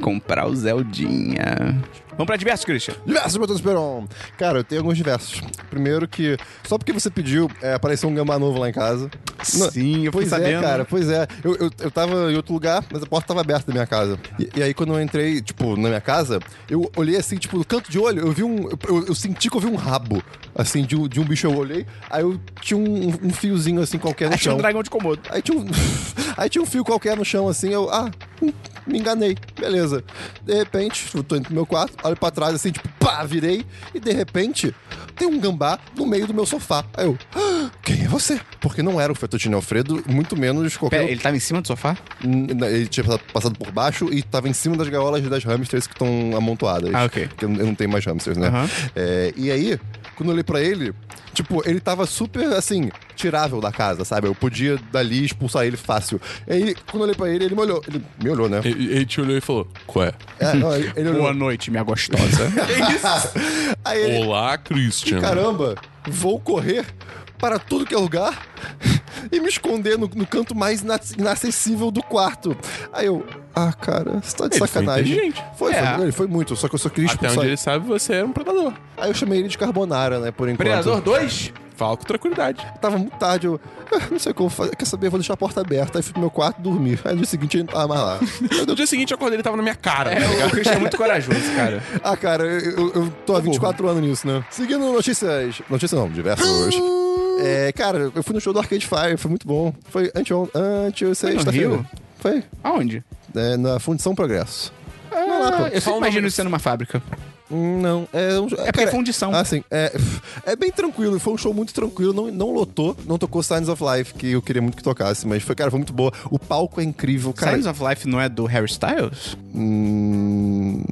comprar o Zeldinha. Vamos pra diversos, Christian.
Diversos, Matheus Peron! Cara, eu tenho alguns diversos. Primeiro que, só porque você pediu, é, apareceu um gambá novo lá em casa. Não-
Sim, eu fui
pois
sabendo.
é, cara, pois é. Eu, eu, eu tava em outro lugar, mas a porta tava aberta da minha casa. E, e aí, quando eu entrei, tipo, na minha casa, eu olhei assim, tipo, no canto de olho, eu vi um. Eu, eu- eu senti que eu vi um rabo, assim, de, um- de um bicho. Eu olhei, aí eu tinha um, um fiozinho, assim, qualquer no
Achei um
chão.
dragão de Komodo.
Aí tinha, um, aí tinha um fio qualquer no chão, assim, eu, ah, hum, me enganei, beleza. De repente, eu tô indo pro meu quarto, olho pra trás, assim, tipo, pá, virei, e de repente, tem um gambá no meio do meu sofá. Aí eu, ah, quem é você? Porque não era o Fettuccine Alfredo, muito menos qualquer...
Pera, ele tava em cima do sofá?
N- n- Ele tinha passado- passado por baixo e tava em cima das gaiolas das hamsters que estão amontoadas.
Ah, ok.
Porque eu eu não tenho mais hamsters, né?
Aham.
É, e aí, quando eu olhei pra ele, tipo, ele tava super, assim, tirável da casa, sabe? Eu podia dali expulsar ele fácil. E aí, quando eu olhei pra ele, ele me olhou. Ele me olhou, né?
Ele, ele te olhou e falou: Qual é?
É, não, ele, ele
Boa
olhou.
noite, minha gostosa.
aí ele,
Olá, Christian.
caramba, vou correr para tudo que é lugar e me esconder no, no canto mais ina- inacessível do quarto. Aí eu, ah, cara, você tá de
Ele foi
sacanagem.
inteligente.
Foi,
É.
foi, ele foi muito, só que eu só queria
Até
expulsar
onde
ele.
ele sabe, você era um predador.
Aí eu chamei ele de Carbonara, né, por enquanto.
Predador 2?
Fala com tranquilidade.
Tava muito tarde, eu "Ah, não sei como fazer, quer saber, eu vou deixar a porta aberta. Aí fui pro meu quarto dormir. Aí no dia seguinte, ele tava lá.
No dia seguinte, eu acordei, ele tava na minha cara. tá
É, o
ligado?
Christian é muito corajoso, cara.
Ah, cara, eu, eu- eu
Tá
tô há 24 anos nisso, né? Seguindo notícias... Notícias não, diversos.
Ah.
é, cara, eu fui no show do Arcade Fire, foi muito bom. Foi anteontem, ante sexta-feira.
Rio?
Foi,
Aonde?
é, na Fundição Progresso.
Ah, eu
Fala
só
o
imagino
nome
isso sendo uma fábrica.
Hum, Não, é um
É porque é fundição.
Ah, sim. É, é bem tranquilo, foi um show muito tranquilo, não, não lotou, não tocou Signs of Life, que eu queria muito que tocasse, mas foi, cara, foi muito boa. O palco é incrível, cara.
Signs of Life não é do Harry Styles?
Hum,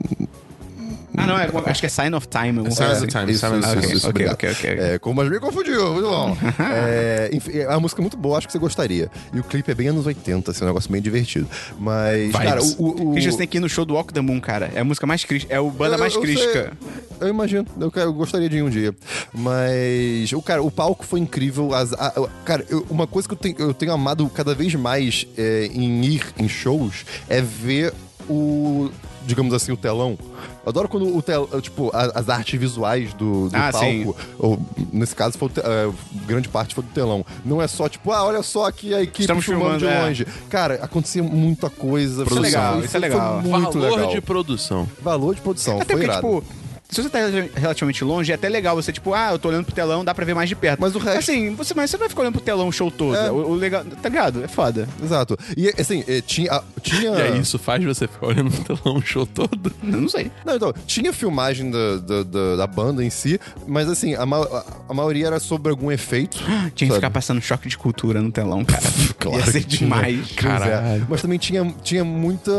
Ah, não, é, acho que é Sign of Time. alguma
Sign
coisa assim.
of the Time,
isso,
Sign of
isso,
Ok,
the
isso,
Time.
isso,
ok,
obrigado.
ok, ok.
É, como mas me confundiu, muito bom. é, enfim, é uma música muito boa, acho que você gostaria. E o clipe é bem anos 80, assim, um negócio bem divertido. Mas, cara, o. o, o-
Christian, você tem que ir no show do Walk the Moon, cara. É a música mais crítica. É o banda
Eu-
mais
eu sei.
crítica.
Eu imagino, eu, quero- eu gostaria de ir um dia. Mas, o cara, o palco foi incrível. as- a- eu- cara, eu- uma coisa que eu tenho, eu tenho amado cada vez mais é, em ir em shows é ver o, digamos assim, o telão. Eu adoro quando o telão, tipo, a- as artes visuais do, do
Ah,
palco,
sim.
ou nesse caso, foi o te- é, grande parte foi do telão. Não é só tipo, ah, olha só aqui a equipe
Estamos
filmando,
filmando, é.
de longe. Cara, acontecia muita coisa.
Isso é legal,
Foi-
isso é
foi
legal.
muito
Valor
legal.
de produção.
Valor de produção,
Até
foi
porque,
irado.
tipo, se você tá relati- relativamente longe, é até legal você, tipo, ah, eu tô olhando pro telão, dá pra ver mais de perto.
Mas o resto-
Assim, você, mas você não vai ficar olhando pro telão o show todo.
É.
O, o legal. Tá ligado? É foda. é
Exato. E assim, eh, tinha. ah, tinha...
E aí, isso faz você ficar olhando no telão o show todo?
Eu não sei.
Não, então, tinha filmagem da, da, da- da banda em si, mas assim, a, ma- a- a maioria era sobre algum efeito.
Tinha que
sabe?
ficar passando choque de cultura no telão, cara.
Claro
Ia ser
que tinha.
demais.
Pois é. Mas também tinha, tinha muita.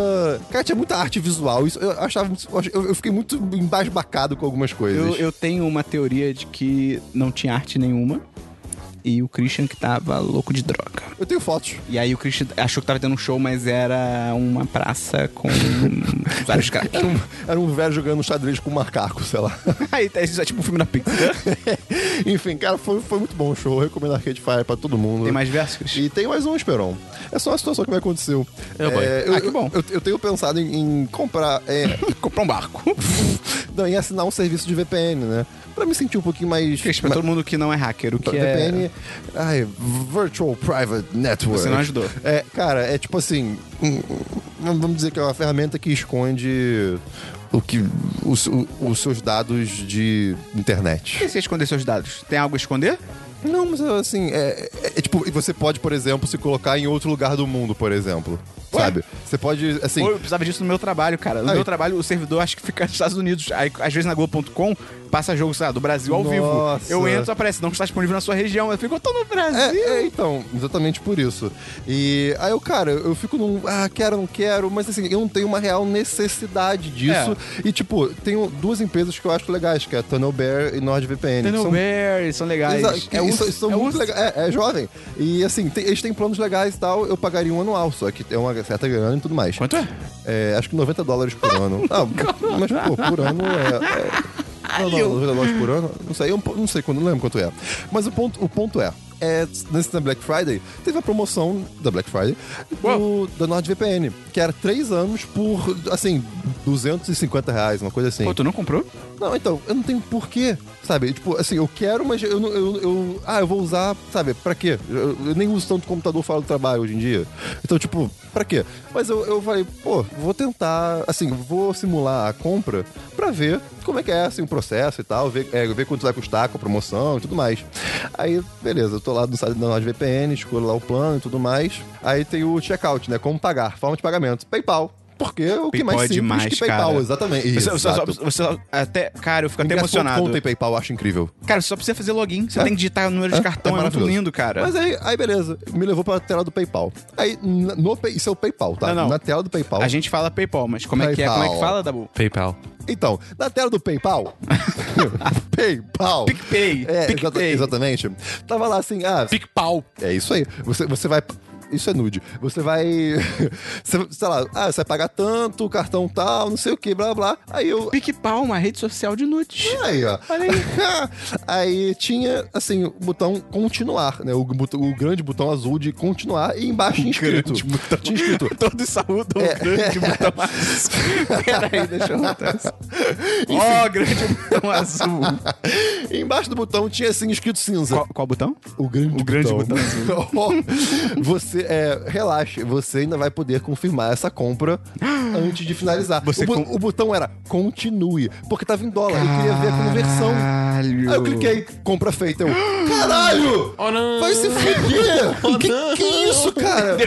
Cara, tinha muita arte visual. Isso eu achava. muito- eu ach- Eu, eu fiquei muito embasbacado com algumas coisas.
Eu, eu tenho uma teoria de que não tinha arte nenhuma. E o Christian que tava louco de droga.
Eu tenho fotos.
E aí o Christian achou que tava tendo um show, mas era uma praça com vários caras.
Era um, era um velho jogando xadrez com um macaco, sei lá.
aí tá, isso é tipo um filme da Pixar.
Enfim, cara, foi, foi muito bom o show. Eu recomendo Arcade Fire pra todo mundo.
Tem mais versos, Christian?
E tem mais um Esperon. É só uma situação que me aconteceu.
É, boy.
eu,
Ah, que bom.
Eu, eu tenho pensado em, em comprar. é,
Comprar um barco.
não, em assinar um serviço de VPN, né? Pra me sentir um pouquinho mais.
Christian, pra
ma-
todo mundo que não é hacker, o que é...
VPN. Ai, Virtual Private Network.
Você não ajudou.
É, cara, é tipo assim. hum, hum, Vamos dizer que é uma ferramenta que esconde o que, os, o- os seus dados de internet.
Por que você esconder seus dados? Tem algo a esconder?
Não, mas assim, é, é- é tipo, e você pode, por exemplo, se colocar em outro lugar do mundo, por exemplo.
Ué?
Sabe? Você pode, assim.
Pô, eu precisava disso no meu trabalho, cara. No
Aí.
meu trabalho, o servidor acho que fica nos Estados Unidos. Aí, às vezes na Globo.com passa jogo, sei lá, do Brasil ao
Nossa.
vivo. Eu entro, aparece, não está disponível na sua região. Eu fico, eu tô no
É,
Brasil.
é, então, exatamente por isso. E aí eu, cara, eu fico num. Ah, quero, não quero, mas assim, eu não tenho uma real necessidade disso.
É.
E, tipo, tenho duas empresas que eu acho legais, que é a Tunnel Bear e NordVPN. que são-
Tunnelberry, são legais.
Exa- que
É
isso-
urso,
isso são
é
muito
urso.
legais. É, é jovem. E assim, tem- eles têm planos legais e tal, eu pagaria um anual, só que é uma certa grana e tudo mais.
Quanto é?
É, acho que 90 dólares por ano. Ah, mas, pô, por ano é. é... Não, não, 90 dólares por ano. Não sei, eu não sei quando, não lembro quanto é. Mas o ponto, o ponto é: é, nesse na Black Friday, teve a promoção da Black Friday do, da NordVPN, que era 3 anos por, assim, 250 reais, uma coisa assim.
Pô, tu não comprou?
Não, então, eu não tenho porquê, sabe? Tipo, assim, eu quero, mas eu não. Eu, eu- ah, eu vou usar, sabe? Pra quê? Eu, eu nem uso tanto computador fora do trabalho hoje em dia. Então, tipo, pra quê? Mas eu, eu falei, pô, vou tentar, assim, vou simular a compra pra ver como é que é, assim, o processo e tal, ver, é, ver quanto vai custar com a promoção e tudo mais. Aí, beleza, eu tô lá no site da NordVPN, escolho lá o plano e tudo mais. Aí tem o checkout, né? Como pagar, forma de pagamento, PayPal. Porque é o que
PayPal
mais
é
simples que
demais,
PayPal,
cara.
exatamente.
Você, você só-
Exato.
você só- até, cara, eu fico Tá até
Ingresso.com
emocionado.
tem PayPal, eu acho incrível.
Cara, você só precisa fazer login. Você
É.
tem que digitar o número de
É,
cartão.
é
É, muito
maravilhoso.
lindo, cara.
Mas aí, aí, beleza, me levou pra tela do PayPal. Aí, na- no, Pay- isso é o PayPal, tá?
Não, não.
Na tela do PayPal.
A gente fala PayPal, mas como é que é?
PayPal.
Como é que fala, Dabu?
PayPal.
Então, na tela do PayPal. PayPal.
PicPay.
É,
PicPay.
exata- exatamente. Tava lá assim, ah,
PicPau.
é isso aí. Você, você vai. Isso é nude. Você vai. você- sei lá, ah, você vai pagar tanto, cartão tal, não sei o que, blá blá. Aí eu.
PicPal, uma rede social de nudes.
Aí, ó. aí. tinha, assim, o botão continuar, né? O, botão- o grande botão azul de continuar e embaixo tinha escrito.
grande botão.
Tinha escrito.
Todos saúdam
É.
o um grande botão azul. Peraí, deixa eu notar isso. Ó, grande botão azul.
E embaixo do botão tinha, assim, escrito cinza.
Qual, qual botão?
O grande,
O grande
botão. azul. você, é, relaxe, você ainda vai poder confirmar essa compra antes de finalizar.
Você
o, bu-
com-
o botão era continue, porque tava em dólar. Eu queria ver a conversão.
Caralho.
Aí eu cliquei, compra feita. Eu, caralho!
Oh, não.
Vai se fuder! que, que é isso, cara?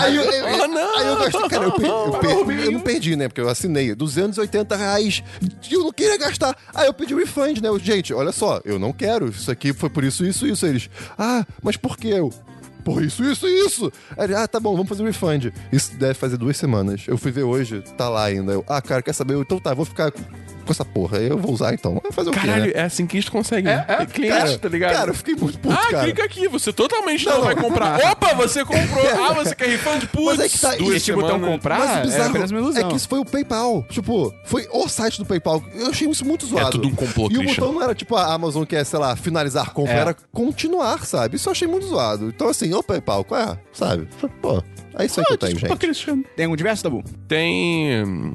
Aí eu, eu, eu- aí eu gastei, cara, eu, per-
Tá
eu, per- eu não perdi, né? Porque eu assinei 280 reais e eu não queria gastar. Aí eu pedi refund, né? Eu, gente, olha só, eu não quero. Isso aqui foi por isso, isso, isso. Eles, ah, mas por que eu? Por isso, isso, isso! Aí, ele, ah, tá bom, vamos fazer o refund. Isso deve fazer duas semanas. Eu fui ver hoje, tá lá ainda. Eu, ah, cara, quer saber? Eu, então tá, vou ficar com essa porra. Eu vou usar então. Vai fazer o quê, né?
Caralho, é assim que a gente consegue. né?
é.
cliente, tá ligado?
Cara, eu fiquei muito puto,
ah,
cara.
clica aqui, você totalmente não,
Não,
vai
não. É.
comprar. Opa, você comprou. Ah, você quer refund? Putz,
Mas é que tá-
duas
esse
botão
semanas.
comprar
Mas o
é
bizarro
apenas uma ilusão.
é que isso foi o PayPal. Tipo, foi o site do PayPal. Eu achei isso muito zoado.
É
tudo um complô,
E o
Christian.
botão não era tipo a Amazon que é, sei lá, finalizar compra,
É.
era continuar, sabe? Isso eu achei muito zoado. Então, assim, ô PayPal, qual é? Sabe? Pô, é isso aí que eu tenho, gente.
Cristiano. Tem um diverso, Dabu?
Tem. hum,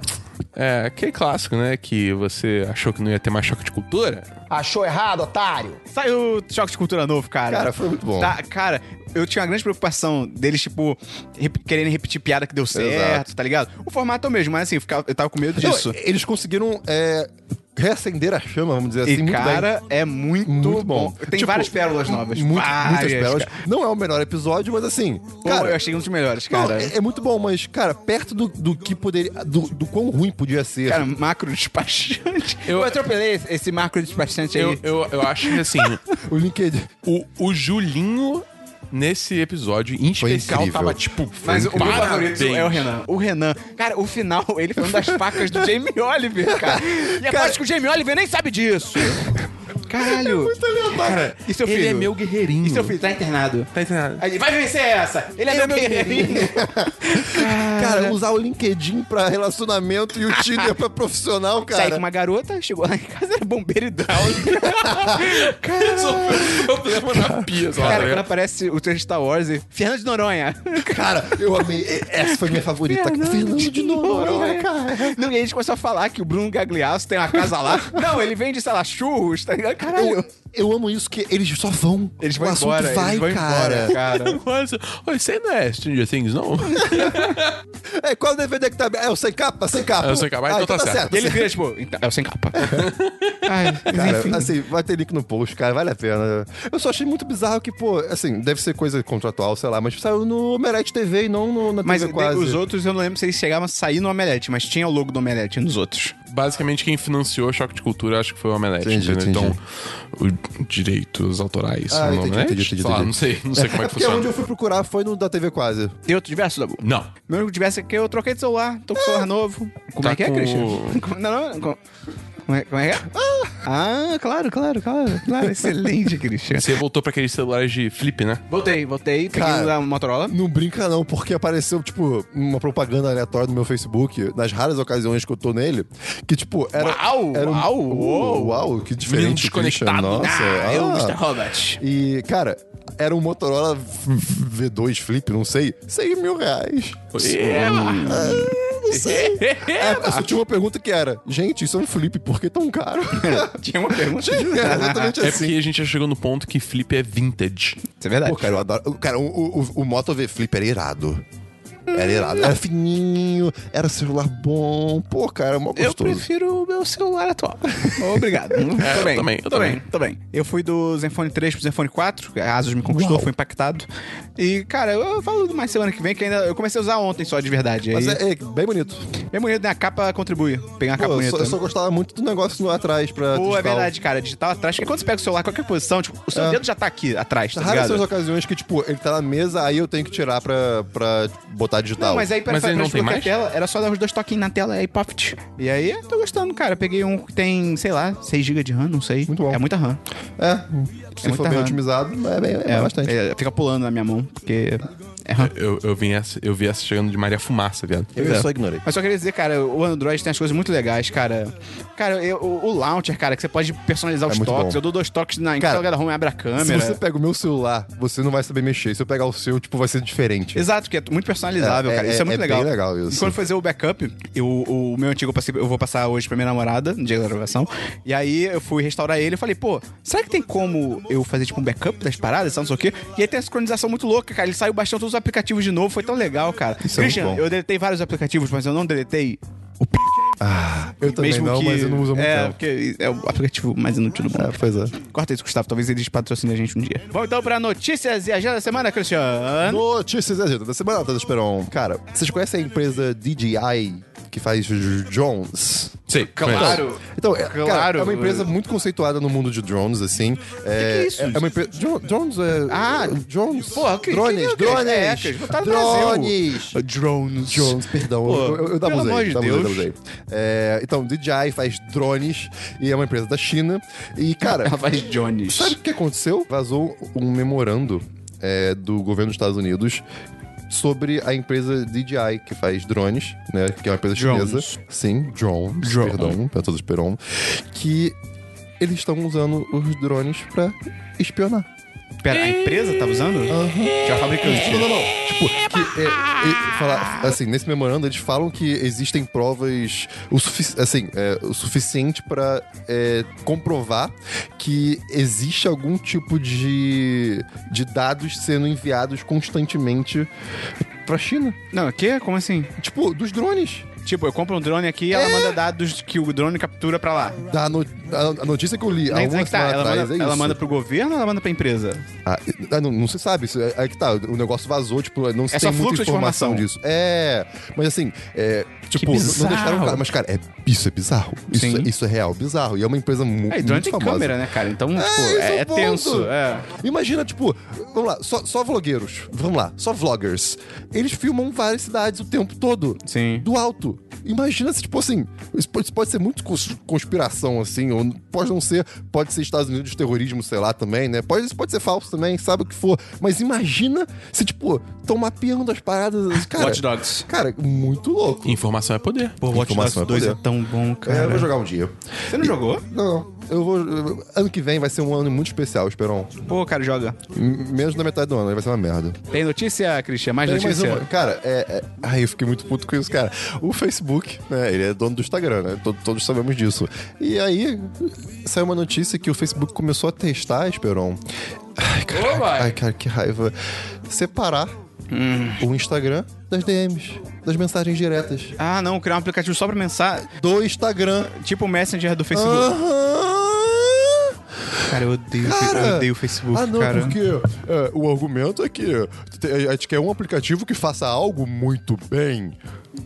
É, aquele clássico, né? Que você achou que não ia ter mais choque de cultura.
Achou errado, otário?
Saiu o Choque de Cultura Novo, cara.
Cara, foi muito bom.
Tá, cara, eu tinha uma grande preocupação deles, tipo, rep- querendo repetir piada que deu certo,
Exato.
tá ligado? O formato é o mesmo, mas assim, eu, ficava- eu tava com medo
tipo, Não,
disso.
eles conseguiram é, reacender a chama, vamos dizer assim,
e,
muito bem.
cara, é muito,
Muito
bom.
bom.
Tem
Tipo,
várias pérolas novas.
Muito- muitas
várias,
pérolas.
cara.
Não é o melhor episódio, mas assim,
Pô,
cara,
eu achei um dos melhores,
Não,
cara.
é, é muito bom, mas, cara, perto do, do que poderia. Do, do quão ruim podia ser.
Cara, macro despachante.
Eu-
Eu, atropelei esse, esse macro despachante aí.
Eu, eu, eu acho que assim,
o LinkedIn.
o, o Julinho, nesse episódio em
Foi
especial,
incrível.
tava tipo.
Mas o meu
parabéns.
favorito é o Renan. O Renan, cara, o final, ele foi um das facas do Jamie Oliver, cara. E é
Cara-
parte que o Jamie Oliver nem sabe disso. Caralho.
Tá Cara,
E seu filho?
Ele é meu guerreirinho.
E seu filho tá internado.
Tá entendendo?
Aí ele vai vencer essa. Ele é meu guerreirinho.
cara, usar o LinkedIn pra relacionamento e o Tinder pra profissional, cara.
Saí com uma garota, chegou lá em casa, era bombeiro e down.
Resolveu o problema na pia, só,
Cara,
né?
quando aparece o texto Star Wars, e Fernando de Noronha.
Cara, eu amei. E- Essa foi minha
tá
favorita.
É,
Fernando, de Noronha, cara.
né? Não, e aí a gente começou a falar que o Bruno Gagliasso tem uma casa lá. Não, ele vende, sei lá, churros, tá ligado? Caralho.
Eu, eu amo isso, que eles só vão.
Eles
O
vão
assunto
embora,
vai,
eles vão
cara.
embora, cara.
Agora você- Oi, você não é Stranger Things, não?
É, qual o DVD que tá... É o sem capa? Sem capa. Ah,
É o sem capa, então tá certo.
E ele vira, tipo, então, é o sem capa. Ai, mas
Cara,
enfim.
assim, vai ter link no post, cara, vale a pena. Eu só achei muito bizarro que, pô, assim, deve ser coisa contratual, sei lá, mas saiu no Omelete TV e não no, na
Mas
TV
de-
quase.
os outros eu não lembro se eles chegavam a sair no Omelete, mas tinha o logo do Omelete nos outros.
Basicamente, quem financiou o Choque de Cultura acho que foi o Omelete.
Entendi,
entendeu?
entendi.
Então, o direitos autorais
Ah,
no
entendi,
Omelete?
entendi, entendi,
Sei lá,
entendi.
não sei, não sei como é
É
que
porque onde
funciona.
eu fui procurar foi no da TV quase.
Tem outro diverso, Dabu?
Não.
Ah! Meu único diverso é que eu troquei de celular, tô com celular novo. Como
Tá
é que é,
com-
Cristian? Como- Não, não, não. Como é, como é? Ah, claro, claro, claro. claro. Excelente, Christian.
Você voltou pra aqueles celulares de flip, né?
Voltei, voltei. Peguei
Cara.
o da Motorola.
Não brinca não, porque apareceu, tipo, uma propaganda aleatória no meu Facebook, nas raras ocasiões que eu tô nele, que, tipo, era...
Uau,
era um-
uau,
Uh, uau, que
Menino
diferente, Christian.
desconectado.
Nossa,
ah, eu,
ah.
Mr. Robert.
E, cara, era um Motorola V2 Flip, não sei, 100 mil reais.
É,
Ah, não sei. É, eu só tinha uma pergunta que era, gente, isso é um Flip, por que tão caro?
Tinha uma pergunta.
é exatamente
É
assim.
porque a gente já chegou no ponto que flip é vintage.
Isso é verdade.
Pô, cara, eu adoro. Cara, o, o, o Moto V Flip era irado. Era irado. Era fininho, era celular bom. Pô, cara, é mó
Eu
gostoso.
prefiro o meu celular atual. Obrigado. tô bem,
também, eu
tô
também.
bem, tô bem. Eu fui do Zenfone 3 pro Zenfone 4, a Asus me conquistou,
Uau.
fui impactado. E, cara, eu falo mais semana que vem, que ainda eu comecei a usar ontem só, de verdade.
Mas
Aí,
é, é bem bonito.
Bem bonito, né? A capa contribui. Pegar uma
Pô,
capa
eu,
bonita.
só, eu só gostava muito do negócio lá atrás
Pô,
pra.
é
digital.
verdade, cara. Digital atrás. Porque quando você pega o celular, qualquer posição, tipo, o seu
É.
dedo já tá aqui atrás, tá
Raras são as
ligado?
ocasiões que, tipo, ele tá na mesa, aí eu tenho que tirar pra, pra botar digital.
Não, mas é- aí pra,
Mas
pra,
ele não tem
desbloquear
mais?
a tela, era só dar uns dois toquinhos na tela e pop. tch. E aí, eu tô gostando, cara. Peguei um que tem, sei lá, 6GB de RAM, não sei.
Muito bom.
É muita RAM.
É, se
É
for
muita
bem
RAM.
otimizado, é, bem, é, bastante.
é, fica pulando na minha mão, porque. É,
Eu, eu, vim essa, eu vi essa chegando de Maria Fumaça, viado.
é.
ignorei.
Mas só queria dizer, cara, o Android tem as coisas muito legais, cara. Cara, eu- o, o launcher, cara, que você pode personalizar os
É muito
toques.
bom.
Eu dou dois toques na
Cara,
entrada da home abre a câmera.
Se você pega o meu celular, você não vai saber mexer. Se eu pegar o seu, tipo, vai ser diferente.
Exato, que é muito personalizável,
É,
cara.
é,
Isso é, muito
é
legal.
bem legal isso.
E quando eu fazer o backup, eu- o, o meu antigo eu, passei- eu vou passar hoje pra minha namorada, no dia da gravação. E aí eu fui restaurar ele e falei, pô, será que tem como eu fazer tipo um backup das paradas, sabe, não sei o quê? E aí tem a sincronização muito louca, cara. Ele saiu baixando todos os aplicativos de novo, foi tão legal, cara.
Isso é muito bom.
eu deletei vários aplicativos, mas eu não deletei o p...
Ah, Eu também
mesmo
não,
que...
mas eu não uso há muito
É,
tempo.
porque é o aplicativo mais inútil do mundo.
É, pois é.
Corta isso, Gustavo. Talvez eles patrocinem a gente um dia. Vamos então pra notícias e agenda da semana, Cristiano.
Notícias da agenda da semana, Matheus Esperon. Cara, vocês conhecem a empresa DJI que faz os drones?
Sei,
Claro.
Então, é,
Claro.
cara, é uma empresa muito conceituada no mundo de drones, assim. É,
que é isso,
É, uma empresa... Dro- Drones é...
Ah,
drones.
porra, que-
drones,
que- que-
drones.
é, que eles botaram no
drones.
Drones.
Jones, perdão.
Pô,
eu, eu, eu
pelo
dabuzei,
amor de
dabuzei,
Deus.
dabuzei. É, então, DJI faz drones e é uma empresa da China. E, cara,
Ela faz Jones.
Sabe o que aconteceu? Vazou um memorando é, do governo dos Estados Unidos sobre a empresa DJI, que faz drones, né? Que é uma empresa
Drones.
chinesa. Sim, drones.
Drone.
Perdão, pra todos peron. Que eles estão usando os drones pra espionar.
Pera, a empresa tava usando? Que é a
Não,
fabricante.
não, não. Tipo, que, é, é, fala- assim, nesse memorando eles falam que existem provas o, sufici- assim, é, o suficiente pra é, comprovar que existe algum tipo de, de dados sendo enviados constantemente pra China.
Não, o quê? Como assim?
Tipo, dos drones.
Tipo, eu compro um drone aqui e ela manda dados que o drone captura pra lá.
Da no- a, a notícia que eu li há
Nem sei
uma
que tá.
semana
Ela,
atrás
manda,
é isso.
ela manda pro governo ou ela manda pra empresa?
Ah, ah, não, não se sabe, isso é, é que tá, o negócio vazou, tipo, não se
É só
tem muita
fluxo de
informação
informação.
disso. É, mas assim, é, tipo, não- não
bizarro.
deixaram claro, mas cara, é, isso é bizarro. Isso,
Sim.
é- isso é real, bizarro. E é uma empresa mu
É, e drone
muito
tem
famosa.
câmera, né, cara? Então, tipo,
esse
é,
o
é
ponto.
tenso. É.
Imagina, tipo, vamos lá, só, só vlogueiros, vamos lá, só vloggers. Eles filmam várias cidades o tempo todo.
Sim.
Do alto. Imagina se, tipo assim, isso pode, isso pode ser muito cons- conspiração, assim, ou pode não ser, pode ser Estados Unidos terrorismo, sei lá, também, né? Pode, isso pode ser falso também, sabe o que for. Mas imagina se, tipo, estão mapeando as paradas, assim, cara.
Watch Dogs.
Cara, muito louco.
Informação é poder.
Pô, Watch Dogs
Informação é
2 é
poder.
tão bom,
É, eu
cara.
vou jogar um dia.
Você não jogou?
Não, eu vou. eu- Ano que vem vai ser um ano muito especial, Esperon.
Pô, cara, joga.
M- Menos da metade do ano, aí vai ser uma merda.
Tem notícia, Christian? Mais
Tem mais
notícia?
uma. Cara, é, é- Ai, eu fiquei muito puto com isso, cara. O Facebook, né? Ele é dono do Instagram, né? to- Todos sabemos disso. E aí, saiu uma notícia que o Facebook começou a testar, Esperon. Ai, cara,
vai.
ai, cara que raiva. Separar o Instagram das DMs, das mensagens diretas.
Ah, não, criar um aplicativo só pra mensagem.
Do Instagram.
Tipo o Messenger do Facebook.
Aham.
Cara, eu odeio,
Cara,
eu odeio o Facebook,
Ah, não,
Ah, cara.
porque é, o argumento é que te- a gente quer um aplicativo que faça algo muito bem.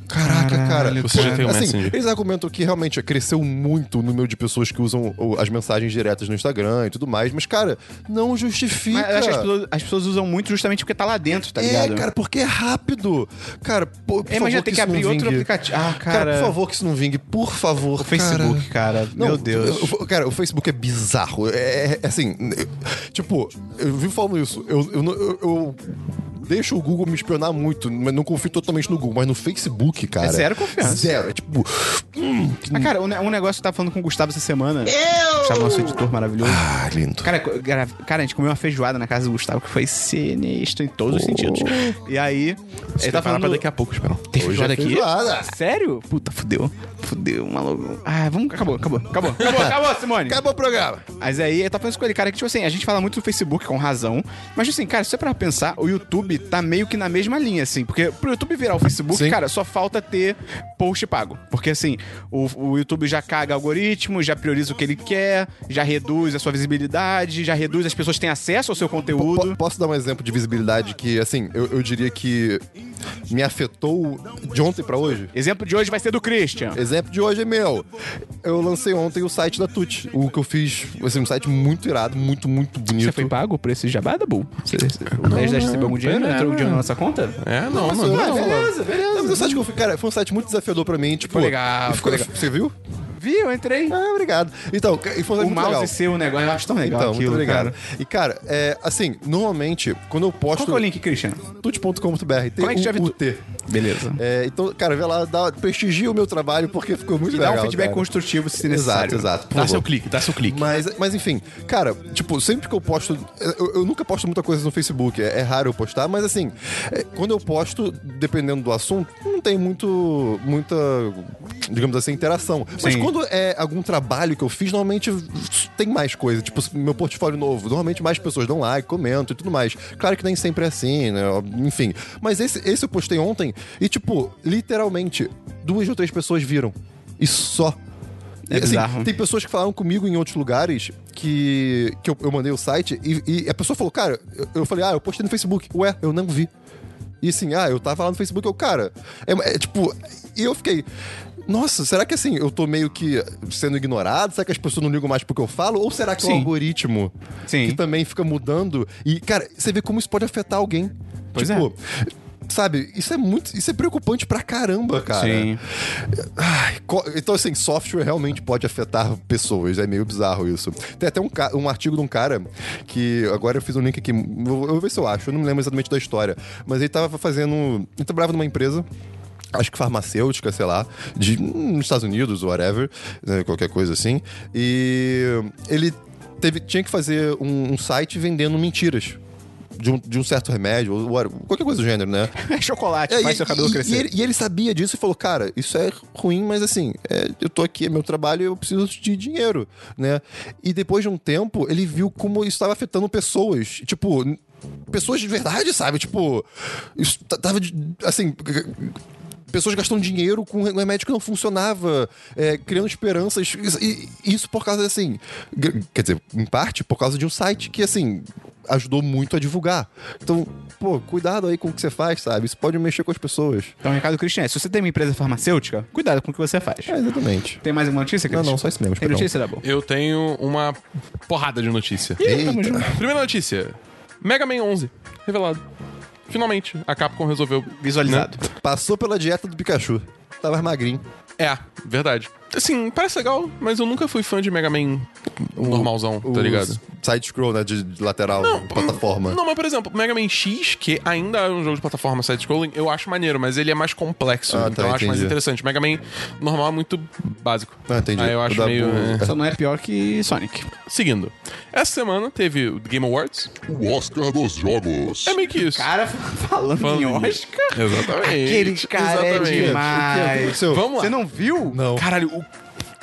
Caraca, cara.
Caralho, Você já cara. tem o
assim,
Messenger.
Eles argumentam que realmente cresceu muito o número de pessoas que usam o- as mensagens diretas no Instagram e tudo mais, mas, cara, não justifica.
Mas eu acho que as pessoas, as pessoas usam muito justamente porque tá lá dentro, tá ligado?
É, cara, porque é rápido. Cara, pô, por
É, imagina ter
favor,
que
isso não
abrir outro
vingue.
aplicativo. Ah, cara.
por favor, que isso não vingue, por favor.
O Facebook, cara.
Não,
Meu Deus.
eu- eu- cara, o Facebook é bizarro. É, é assim, eu- tipo, eu vi falando isso. Eu, eu, não- eu- eu deixo o Google me espionar muito, mas não confio totalmente no Google. Mas no Facebook, cara.
É zero confiança.
Zero. É tipo. hum, que-
Ah, cara, um, ne- um negócio que eu tava falando com o Gustavo essa semana. Eu! Gustavo, nosso editor maravilhoso.
Ah, lindo.
Cara, co- gra- cara, a gente comeu uma feijoada na casa do Gustavo que foi sinistro em todos os sentidos. E aí, ele tá falando...
pra daqui a pouco, Esperão.
Tem feijoada aqui?
é feijoada.
Sério? Puta, fudeu. Fudeu, maluco. Ah, vamos... Acabou, acabou, acabou. Acabou, acabou, Simone.
Acabou o programa.
Mas aí eu tava falando com ele, cara, que tipo assim, a gente fala muito do Facebook com razão, mas assim, cara, se você parar pra pensar, o YouTube tá meio que na mesma linha, assim, porque pro YouTube virar o Facebook,
Sim.
cara, só falta ter post pago. Porque assim, o, o YouTube já caga algoritmo, já prioriza o que ele quer, já reduz a sua visibilidade, já reduz as pessoas que têm acesso ao seu
Po-
conteúdo.
posso dar um exemplo de visibilidade que, assim, eu, eu diria que me afetou de ontem pra hoje?
Exemplo de hoje vai ser do Christian.
Exemplo de hoje é meu. Eu lancei ontem o site da Tut, o que eu fiz, assim, um site muito irado, muito, muito bonito.
Você foi pago por esse jabá da Bull? Você, você, o 10 recebeu algum dinheiro?
pera,
Entrou o dinheiro na
não.
nossa conta?
É, não,
Mas,
mano.
ah,
não.
beleza, beleza. Mas o site que eu fui, cara, foi um site muito desafiador pra mim, tipo...
Ficou legal, ficou
ficou-
legal.
Você viu?
Vi, eu entrei.
Ah, obrigado. Então, ca- e foi um site
O
muito
mouse
legal.
seu negócio, eu acho tão legal
Então,
aquilo,
muito obrigado.
cara.
E, cara, é, assim, normalmente, quando eu posto...
Qual que é o link, Christian?
Tut.com.br.
Como é que escreve tu-
um T?
Beleza.
É, então, cara, vê lá, dá, prestigia o meu trabalho, porque ficou muito
E dá
legal.
um feedback
cara.
construtivo se necessário.
Exato, exato. por
Dá
favor.
seu clique, dá seu clique.
Mas, mas enfim, cara, tipo, sempre que eu posto. Eu, eu nunca posto muita coisa no Facebook, é, é raro eu postar, mas assim, é, quando eu posto, dependendo do assunto, não tem muito. muita. digamos assim, interação. Mas
Sim.
quando é algum trabalho que eu fiz, normalmente tem mais coisa. Tipo, meu portfólio novo, normalmente mais pessoas dão like, comentam e tudo mais. Claro que nem sempre é assim, né? Enfim. Mas esse, esse eu postei ontem e, tipo, literalmente, duas ou três pessoas viram. E só.
É
E, assim,
bizarro.
tem pessoas que falaram comigo em outros lugares que, que eu, eu mandei o site e, e a pessoa falou, cara, eu, eu falei, ah, eu postei no Facebook. Ué, eu não vi. E assim, ah, eu tava lá no Facebook, eu, cara, é, é, tipo, e eu fiquei, nossa, será que assim, eu tô meio que sendo ignorado? Será que as pessoas não ligam mais pro que eu falo? Ou será que é
Sim.
um algoritmo
Sim.
que também fica mudando? E, cara, você vê como isso pode afetar alguém.
Pois é.
tipo, sabe, isso é muito, isso é preocupante pra caramba, cara.
Sim.
Ai, co- Então, assim, software realmente pode afetar pessoas. É meio bizarro isso. Tem até um, ca- um artigo de um cara que. Agora eu fiz um link aqui. Eu eu vou ver se eu acho. Eu não me lembro exatamente da história. Mas ele tava fazendo. Ele trabalhava numa empresa. Acho que farmacêutica, sei lá, de, nos Estados Unidos, whatever, né, qualquer coisa assim. E ele teve, tinha que fazer um, um site vendendo mentiras de um, de um certo remédio, ou whatever, qualquer coisa do gênero, né?
É chocolate,
É,
faz seu cabelo crescer.
E ele, e ele sabia disso e falou, cara, isso é ruim, mas assim, é, eu tô aqui, é meu trabalho, eu preciso de dinheiro, né? E depois de um tempo, ele viu como isso estava afetando pessoas, tipo, n- pessoas de verdade, sabe? Tipo, isso t- tava, de- assim... g- g- Pessoas gastando dinheiro com um remédio que não funcionava, é, criando esperanças. E e isso por causa, assim. gr- Quer dizer, em parte, por causa de um site que, assim, ajudou muito a divulgar. Então, pô, cuidado aí com o que você faz, sabe? Isso pode mexer com as pessoas.
Então, o recado do Christian é, se você tem uma empresa farmacêutica, cuidado com o que você faz.
É, exatamente.
Tem mais alguma notícia,
Não,
Christian?
não, só isso mesmo.
Tem
Esperão.
notícia, Dabu?
Eu tenho uma porrada de notícia.
Eita.
Primeira notícia: Mega Man 11, revelado. Finalmente, a Capcom resolveu. né?
Visualizado.
Passou pela dieta do Pikachu. Tava mais magrinho.
É, verdade. Assim, parece legal, mas eu nunca fui fã de Mega Man normalzão, tá ligado?
Side-scroll, né? De, de lateral, plataforma.
Não, mas por exemplo, Mega Man X, que ainda é um jogo de plataforma side-scrolling, eu acho maneiro, mas ele é mais complexo,
Ah, tá,
então eu acho mais
entendi.
interessante. Mega Man normal é muito básico.
Ah, entendi.
Aí eu
O
acho
da
meio.
Bu-
é.
Só não é pior que Sonic.
Seguindo. Essa semana teve o Game Awards.
O Oscar dos Jogos.
É meio que isso.
Cara, falando
Falando
em
em-
Oscar...
Exatamente.
Aquele cara é
Exatamente.
demais.
Seu,
Vamos lá.
Você não viu?
Não.
Caralho, o.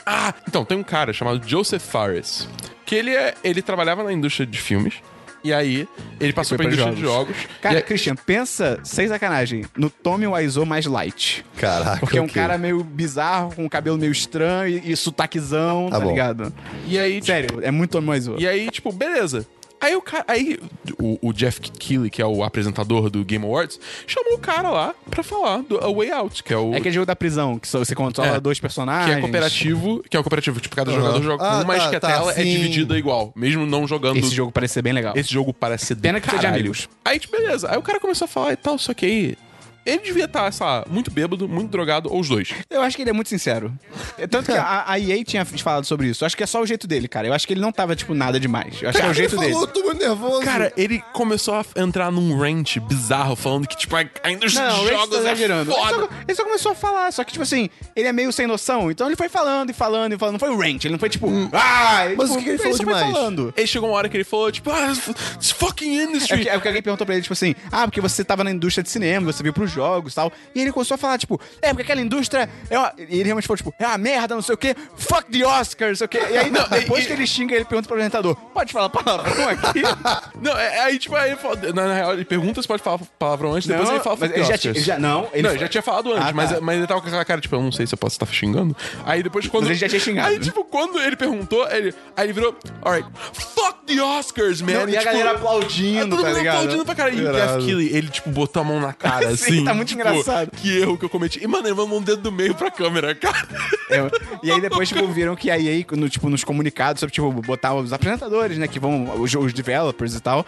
Ah! Então, tem um cara chamado Joseph Fares. Que ele, é, ele trabalhava na indústria de filmes. E aí, ele passou
foi
pra
pra
indústria de jogos.
Cara,
e é- aí-
Christian, pensa, sem sacanagem, no Tommy Wiseau mais light.
Caraca.
Porque é um
ok.
cara meio bizarro, com um cabelo meio estranho e, e sotaquezão, tá,
Tá bom.
ligado?
e aí, tipo,
Sério, é muito Tommy Wiseau.
E aí, tipo, beleza. Aí o cara. Aí o, o Jeff Keighley, que é o apresentador do Game Awards, chamou o cara lá pra falar do A Way Out, que é o.
É aquele jogo da prisão, que só você controla
É.
dois personagens.
Que é cooperativo, que é o cooperativo. Tipo, cada jogador joga com
Ah,
uma, mas
tá,
que a
tá,
tela é
sim.
dividida igual. Mesmo não jogando
Esse jogo parece ser bem legal.
esse jogo parece ser do
Pena que seja de
caralho.
amigos.
Aí, tipo, beleza. Aí o cara começou a falar e tal, só que aí. Ele devia estar, sei lá, muito bêbado, muito drogado, ou os dois.
Eu acho que ele é muito sincero. É, Tanto que a, a EA tinha falado sobre isso. Eu acho que é só o jeito dele, cara. Eu acho que ele não tava, tipo, nada demais. Eu acho que é o jeito
ele
dele.
falou, tô muito nervoso.
Cara, ele começou a entrar num rant bizarro, falando que, tipo, ainda os
Não, o Rage tá
jogos é
exagerando. Ele só,
foda.
ele só começou a falar, só que, tipo assim, ele é meio sem noção, então ele foi falando e falando e falando. Não foi o Rant, ele não foi tipo. Ah,
Mas
tipo,
o que que ele falou
só foi
demais?
falando.
Aí chegou uma hora que ele falou, tipo, ah, it's fucking
É
industry.
porque, é porque alguém perguntou pra ele, tipo assim, ah, porque você tava na indústria de cinema, você veio pros jogos e tal. E ele começou a falar, tipo, é, porque aquela indústria. É uma... E ele realmente falou, tipo, é uma merda, não sei o quê, fuck the Oscar, não sei o quê. E aí,
Não,
depois
e-
que ele xinga, ele pergunta pro apresentador, pode falar palavrão aqui?
Não, é, aí, tipo, aí ele falou, na, na real, ele pergunta se pode falar palavrão antes, depois
Não,
ele fala
mas
fuck
ele
the
já
Oscars.
tinha- já- não, ele-
não, ele já tinha falado antes,
Ah, tá.
mas, é mas ele tava com aquela cara, tipo, eu não sei se eu posso estar xingando. Aí depois quando.
Mas ele já tinha xingado. né?
Aí, tipo, quando ele perguntou, ele, aí ele virou, alright, fuck the Oscars, man.
e a
tipo,
galera
ah, todo
aplaudindo, tá
mundo
ligado?
aplaudindo pra cara. E o
Irado.
Jeff Keighley, ele, tipo, botou a mão na cara,
Sim,
assim.
tá muito
tipo,
engraçado.
Que erro que eu cometi. E, mano, ele mandou um dedo do meio pra câmera, cara.
É, e aí depois, tipo, viram que a EA, no, tipo, nos comunicados sobre, tipo, botar os apresentadores, né, que vão, os, os developers e tal,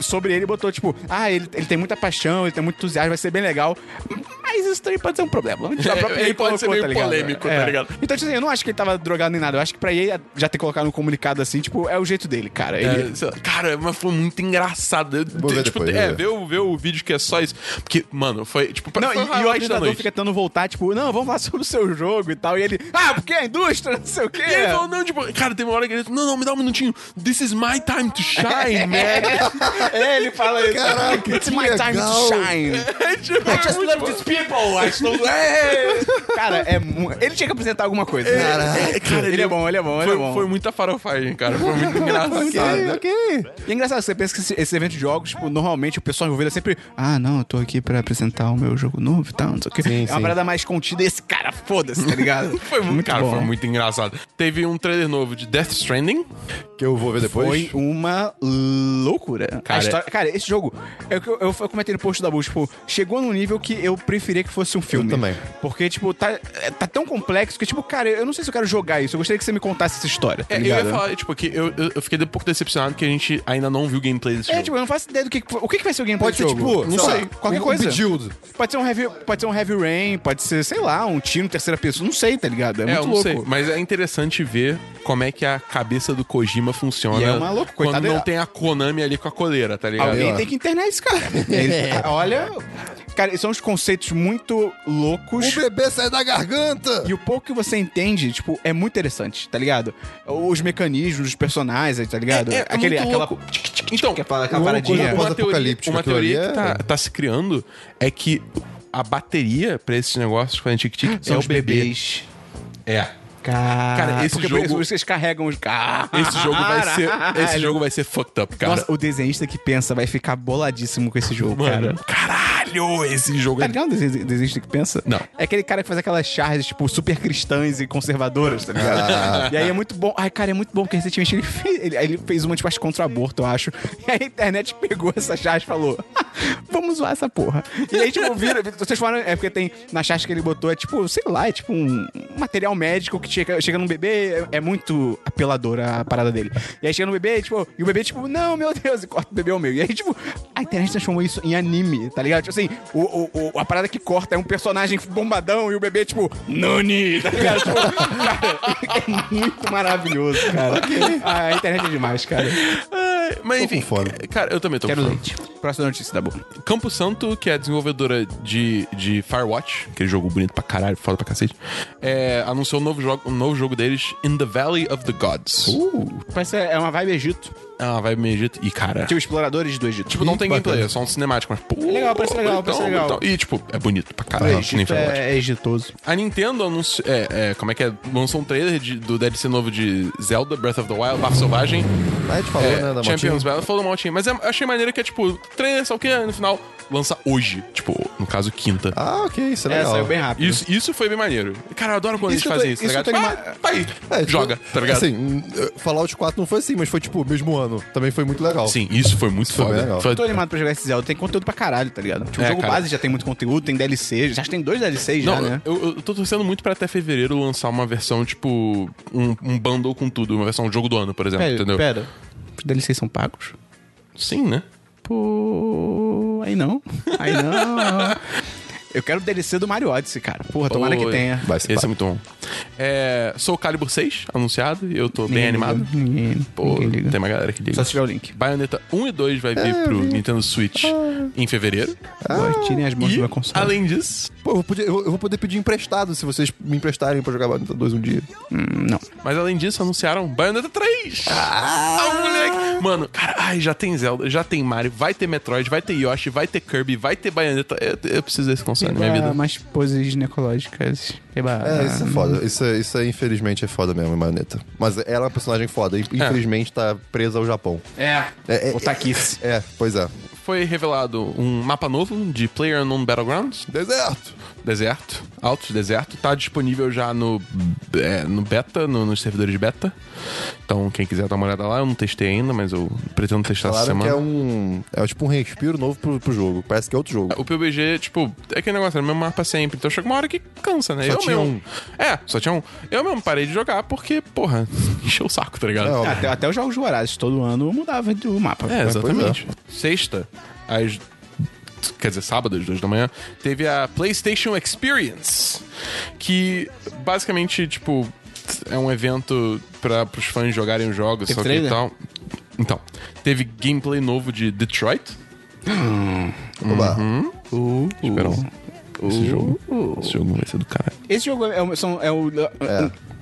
sobre ele botou, tipo, ah, ele, ele tem muita paixão, ele tem muito entusiasmo, vai ser bem legal. Mas isso também pode ser um problema. A própria
É, ele
EA
pode ser meio polêmico, tá
É.
ligado?
Então, tipo assim, eu não acho que ele tava drogado nem nada. Eu acho que pra EA já ter colocado um comunicado assim, tipo, é o jeito dele, cara. Ele...
É, sei lá, cara, mas foi muito engraçado. Eu-
ver
tipo,
depois,
é,
vou ver.
ver o, ver o vídeo que é só isso. Porque, mano, foi tipo pra
Não,
foi
e, e o
highlight da
apresentador
noite.
fica tentando voltar, tipo, não, vamos falar sobre o seu jogo e tal. E ele, ah, porque a indústria, não sei o quê.
E ele falou, não, tipo, cara, tem uma hora que ele não, não, me dá um minutinho. This is my time to shine, man.
É, ele fala isso.
Caraca,
It's
que
my time
legal.
to shine.
É, tipo,
I just
é muito
love
bom. É,
these people. I still... cara, é mu... ele tinha que apresentar alguma coisa. né?
Caraca.
Cara,
Ele é bom, ele é bom, ele
foi,
é bom.
Foi muita farofagem, cara. Foi muito
Ok,
engraçado.
ok.
E é engraçado, você pensa que esse, esse evento de jogos, tipo, normalmente o pessoal envolvido é sempre, ah, não, eu tô aqui pra apresentar o meu jogo novo e tal, não sei o quê.
Sim,
é uma
sim.
parada mais contida e esse cara, foda-se, tá ligado?
Foi muito, cara, foi muito engraçado. Teve um trailer novo de Death Stranding.
Que eu vou ver depois.
Foi uma loucura. Cara,
Cara,
cara esse jogo, é o que eu, eu, eu comentei no post da Bull, tipo, chegou num nível que eu preferia que fosse um filme.
também.
Porque, tipo, tá, é, tá tão complexo que, tipo, cara, eu não sei se eu quero jogar isso. Eu gostaria que você me contasse essa história. Tá
É, eu
ligado?
ia falar, tipo, que eu, eu, eu fiquei um pouco decepcionado que a gente ainda não viu o gameplay desse
É,
jogo.
tipo, eu não faço ideia do que. O que, que vai ser o gameplay
Pode
do
ser,
jogo?
tipo,
não sei. qualquer coisa.
Pedido.
Pode ser um heavy, pode ser um heavy rain, pode ser, sei lá, um tiro em terceira pessoa, não sei, tá ligado? É,
É,
muito
eu não
louco.
sei, mas é interessante ver como é que a cabeça do Kojima funciona
E é uma loucura,
quando
coitado
não
dele.
tem a Konami ali com a coleira, tá ligado?
Alguém
ó.
tem que internar esse cara. Ele- olha, cara, são uns conceitos muito loucos.
O Um bebê sai da garganta.
E o pouco que você entende, tipo, é muito interessante, tá ligado? Os mecanismos dos personagens, tá ligado?
É, é
Aquele,
muito
aquela.
louco. Então,
quer falar aquela
uma
paradinha?
coisa- uma teoria,
Pós-apocalíptico,
uma
aquilo ali
teoria que
é-
tá, tá se criando é que a bateria pra esses negócios com a Tic Tic é
São
o
os
bebê.
bebês.
É.
Cara,
Cara, esse
porque
jogo-
por isso que eles carregam os. Ah,
Esse jogo vai ser, esse jogo vai ser fucked up, cara.
Nossa, o desenhista que pensa vai ficar boladíssimo com esse jogo,
Mano,
cara.
caralho, esse jogo
Tá
é
ligado o desen- desenhista que pensa?
Não.
É aquele cara que faz aquelas charges, tipo, super cristãs e conservadoras, tá
Ah.
ligado? e aí é muito bom. Ai, cara, é muito bom, porque recentemente ele fez, ele, ele fez uma, tipo, acho, contra o aborto, eu acho. E aí a internet pegou essa charge e falou, vamos zoar essa porra. E aí, tipo, vira... Vocês falaram, é porque tem... Na charge que ele botou, é tipo, sei lá, é tipo um um material médico que chega, chega num bebê, é, é muito apeladora a parada dele. E aí chega no bebê, tipo, e o bebê, tipo, não, meu Deus, e corta o bebê ao meio. E aí, tipo, a internet transformou isso em anime, tá ligado? Tipo assim, o, o- o- a parada que corta é um personagem bombadão e o bebê, tipo, Nani, tá ligado? Tipo, cara, é muito maravilhoso, cara. A internet é demais, cara.
Ai, Mas enfim,
com fome.
cara, eu também tô
Quero
com fome.
leite. Próxima notícia da boa.
Campo Santo, que é a desenvolvedora de, de Firewatch, aquele jogo bonito pra caralho, foda pra cacete, é, anunciou um novo, jogo, um novo jogo deles, In the Valley of the Gods.
Parece é uma vibe Egito.
Ah, vai me Egito. E cara.
Tipo, exploradores do Egito.
Tipo, não tem gameplay, é só um cinemático, mas pô.
legal, parece legal,
bonitão,
parece legal.
bonitão. E tipo, é bonito pra caralho. que nem
Egito
Firewatch.
é, é egitoso.
A Nintendo anunciou. É, é, como é que é? Lançou um trailer de- do DLC novo de Zelda, Breath of the Wild, Barra Selvagem.
Aí a gente falou,
É,
né, da motinha.
Champions Battle falou da motinha. Mas eu achei maneiro que é tipo, é, trailer, só o que no final. lança hoje. Tipo, no caso, quinta.
Ah, ok, isso é
É,
legal.
saiu bem rápido.
Isso, isso foi bem maneiro. Cara, eu adoro quando
Isso
eles
eu tô-
fazem isso, tá
isso eu
ligado?
tô
Tipo,
anima-
ah, tá aí,
É, tipo,
joga, tá ligado?
Assim, hum, Fallout 4 não foi assim, mas foi tipo mesmo ano. Também foi muito legal.
Sim, isso foi muito
foi bem
foda.
legal.
Foi-
Eu tô animado pra jogar esse Zelda. Tem conteúdo pra caralho, tá ligado? Tipo, o
É,
jogo
cara.
base já tem muito conteúdo, tem DLC. Já tem dois DLCs
Não,
já, né?
eu, eu tô torcendo muito pra até fevereiro lançar uma versão, tipo, um, um bundle com tudo, uma versão jogo do ano, por exemplo, entendeu?
pera. Os DLCs são pagos?
Sim, né?
Pô, aí não. Aí não. Eu quero o DLC do Mario Odyssey, cara. Porra, tomara que
Oi.
tenha.
Vai ser pago.
Esse é muito bom. É, Soul Calibur 6, anunciado, e eu tô bem
Ninguém
é animado.
liga, Ninguém,
Pô,
ninguém liga.
tem uma galera que liga.
Só se tiver Ah, o link.
Bayonetta 1 e 2 vai vir pro Nintendo Switch em fevereiro.
Pô, tirem as mãos
Ah, e,
do meu É console.
além disso,
Pô, eu, vou poder, eu- eu vou poder pedir emprestado se vocês me emprestarem pra jogar Bayonetta 2 um dia.
Hum, Não.
mas além disso, anunciaram Bayonetta 3. Ah, moleque. Mano, cara, ai, já tem Zelda, já tem Mario, vai ter Metroid, vai ter Yoshi, vai ter Kirby, vai ter Bayonetta. Eu, eu preciso desse console na minha
Eba,
vida.
Mais poses ginecológicas. Eba.
É, isso é foda. Isso, é- isso é, infelizmente, é foda mesmo, Bayonetta. Mas ela é uma personagem foda. e, Infelizmente, tá presa ao Japão.
É.
É, é,
O Taquice.
É, pois é.
Foi revelado um mapa novo de PlayerUnknown Battlegrounds,
Deserto!
deserto, alto deserto, tá disponível já no, é, no beta, no- nos servidores de beta. Então, quem quiser dar uma olhada lá, eu não testei ainda, mas eu pretendo testar essa
Falaram
semana.
que é um. É tipo um respiro novo pro, pro jogo. Parece que é outro jogo.
O PUBG, tipo, é aquele negócio, era o mesmo mapa sempre. Então chega uma hora que cansa, né?
Só
eu
tinha
mesmo.
um.
É, só tinha um. Eu mesmo parei de jogar porque, porra, encheu o saco, tá ligado?
É, ó,
Até, até os jogos Vorazes, todo ano mudava o mapa.
É,
pois
exatamente. Sexta, às. Quer dizer, sábado, às duas da manhã, teve a PlayStation Experience. Que basicamente, tipo, é um evento para os fãs jogarem os jogos,
Teve
só que
trailer?
e tal. Então, teve gameplay novo de Detroit.
oba.
Uh, uh.
Espera um. Esse jogo. Esse jogo vai ser do caralho.
Esse jogo é, o- são, é o.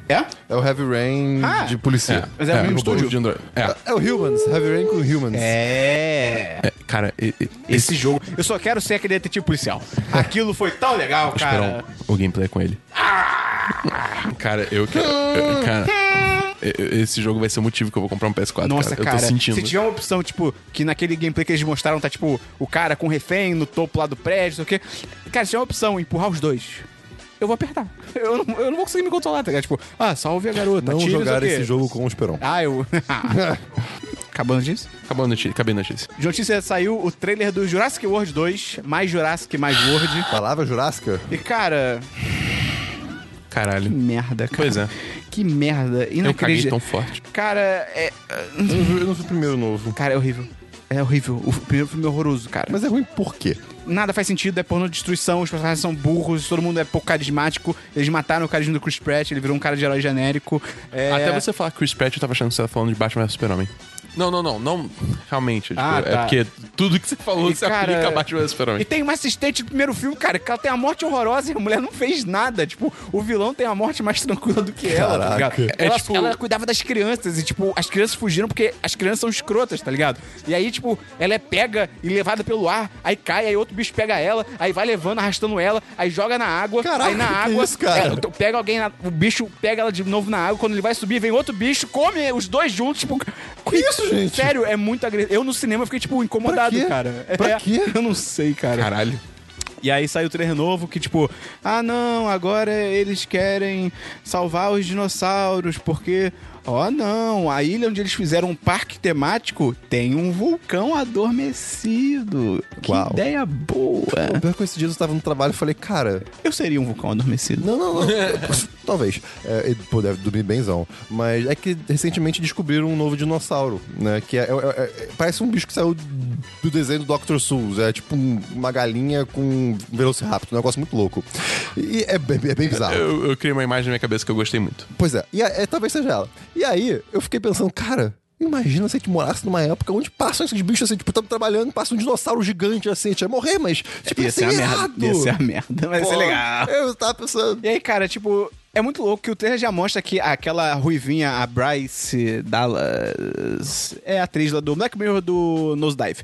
É?
É o Heavy Rain
Ah.
de policia.
Mas é o mesmo
robô
estúdio?
de Android. É.
É. o Humans, Heavy Rain com Humans.
É.
É, cara, e- e-
Esse jogo. Eu só quero ser aquele detetive policial.
É.
Aquilo foi tão legal, cara.
Esperão, o gameplay é com ele.
Ah!
Cara, eu quero. eu- Cara, eu- eu- esse jogo vai ser o motivo que eu vou comprar um PS4.
Nossa, cara.
Eu tô sentindo.
Se tiver uma opção, tipo, que naquele gameplay que eles mostraram tá, tipo, o cara com o refém no topo lá do prédio, não sei o quê. Cara, se tiver uma opção, empurrar os dois. Eu vou apertar. Eu não, eu não vou conseguir me controlar, tá ligado? Tipo, ah, salve a garota.
Não
atire, sei o
jogar
quê.
esse jogo com o Esperon.
Ah, eu. Acabando disso?
Acabou a notícia. Acabei a notícia.
De notícia saiu o trailer do Jurassic World 2, mais Jurassic, mais World.
Palavra jurássica?
E, cara, que
Caralho.
merda, cara.
Pois é.
Que merda.
Eu caguei tão
Inacreditável.
forte.
Cara, é.
Eu não vi- eu não vi o primeiro novo.
Cara, é horrível. É horrível. O primeiro filme é horroroso, cara.
Mas é ruim por quê?
nada faz sentido, é porno de destruição, os personagens são burros, todo mundo é pouco carismático. Eles mataram o carisma do Chris Pratt, ele virou um cara de herói genérico. É...
Até você falar Chris Pratt, eu tava achando que você tava falando de Batman vs Super-Homem. Não, não, não, não. Realmente. tipo,
Ah,
É
tá.
porque tudo que você falou
E,
se
cara,
aplica a Batman vs Super-Homem.
E tem uma assistente do primeiro filme, cara, que ela tem a morte horrorosa e a mulher não fez nada. Tipo, o vilão tem a morte mais tranquila do que ela, tá
Caraca.
ligado?
É,
ela,
tipo-
ela cuidava das crianças e, tipo, as crianças fugiram porque as crianças são escrotas, tá ligado? E aí, tipo, ela é pega e levada pelo ar, aí cai, aí outro bicho pega ela, aí vai levando, arrastando ela, aí joga na água,
Caraca,
aí na
que
água,
isso, cara?
é, t- pega alguém, na- o bicho pega ela de novo na água, quando ele vai subir, vem outro bicho, come os dois juntos, tipo... Que
isso, gente?
Sério, é muito agressivo. Eu no cinema fiquei, tipo, incomodado,
quê?
cara.
Pra
É,
quê?
Eu não sei, cara.
Caralho.
E aí saiu o trailer novo que, tipo, ah não, agora eles querem salvar os dinossauros, porque. Ó, não, a ilha onde eles fizeram um parque temático tem um vulcão adormecido. Que
Uau.
ideia
O
boa.
pior que esses dias eu tava no trabalho e falei, cara,
Eu seria um vulcão adormecido.
não, não, não. Talvez. É, ele, pô, deve dormir benzão. Mas é que recentemente descobriram um novo dinossauro, né? Que é, é- é- é- parece um bicho que saiu do desenho do Dr. Seuss. É tipo um- uma galinha com um velociraptor, um negócio muito louco. E é, bem- é bem bizarro.
Eu, eu criei uma imagem na minha cabeça que eu gostei muito.
Pois é, e a- é, talvez seja ela. E aí, eu fiquei pensando, cara, imagina se a gente morasse numa época onde passam esses bichos assim, tipo, estamos trabalhando, passa um dinossauro gigante assim, a gente ia morrer, mas, tipo, ia, ser
a
irado.
merda. Ia ser a merda, mas ia ser
Pô,
legal.
Eu tava pensando.
E aí, cara, tipo, É muito louco que o trailer já mostra que aquela ruivinha, a Bryce Dallas, é a atriz lá do Black Mirror do Nosedive.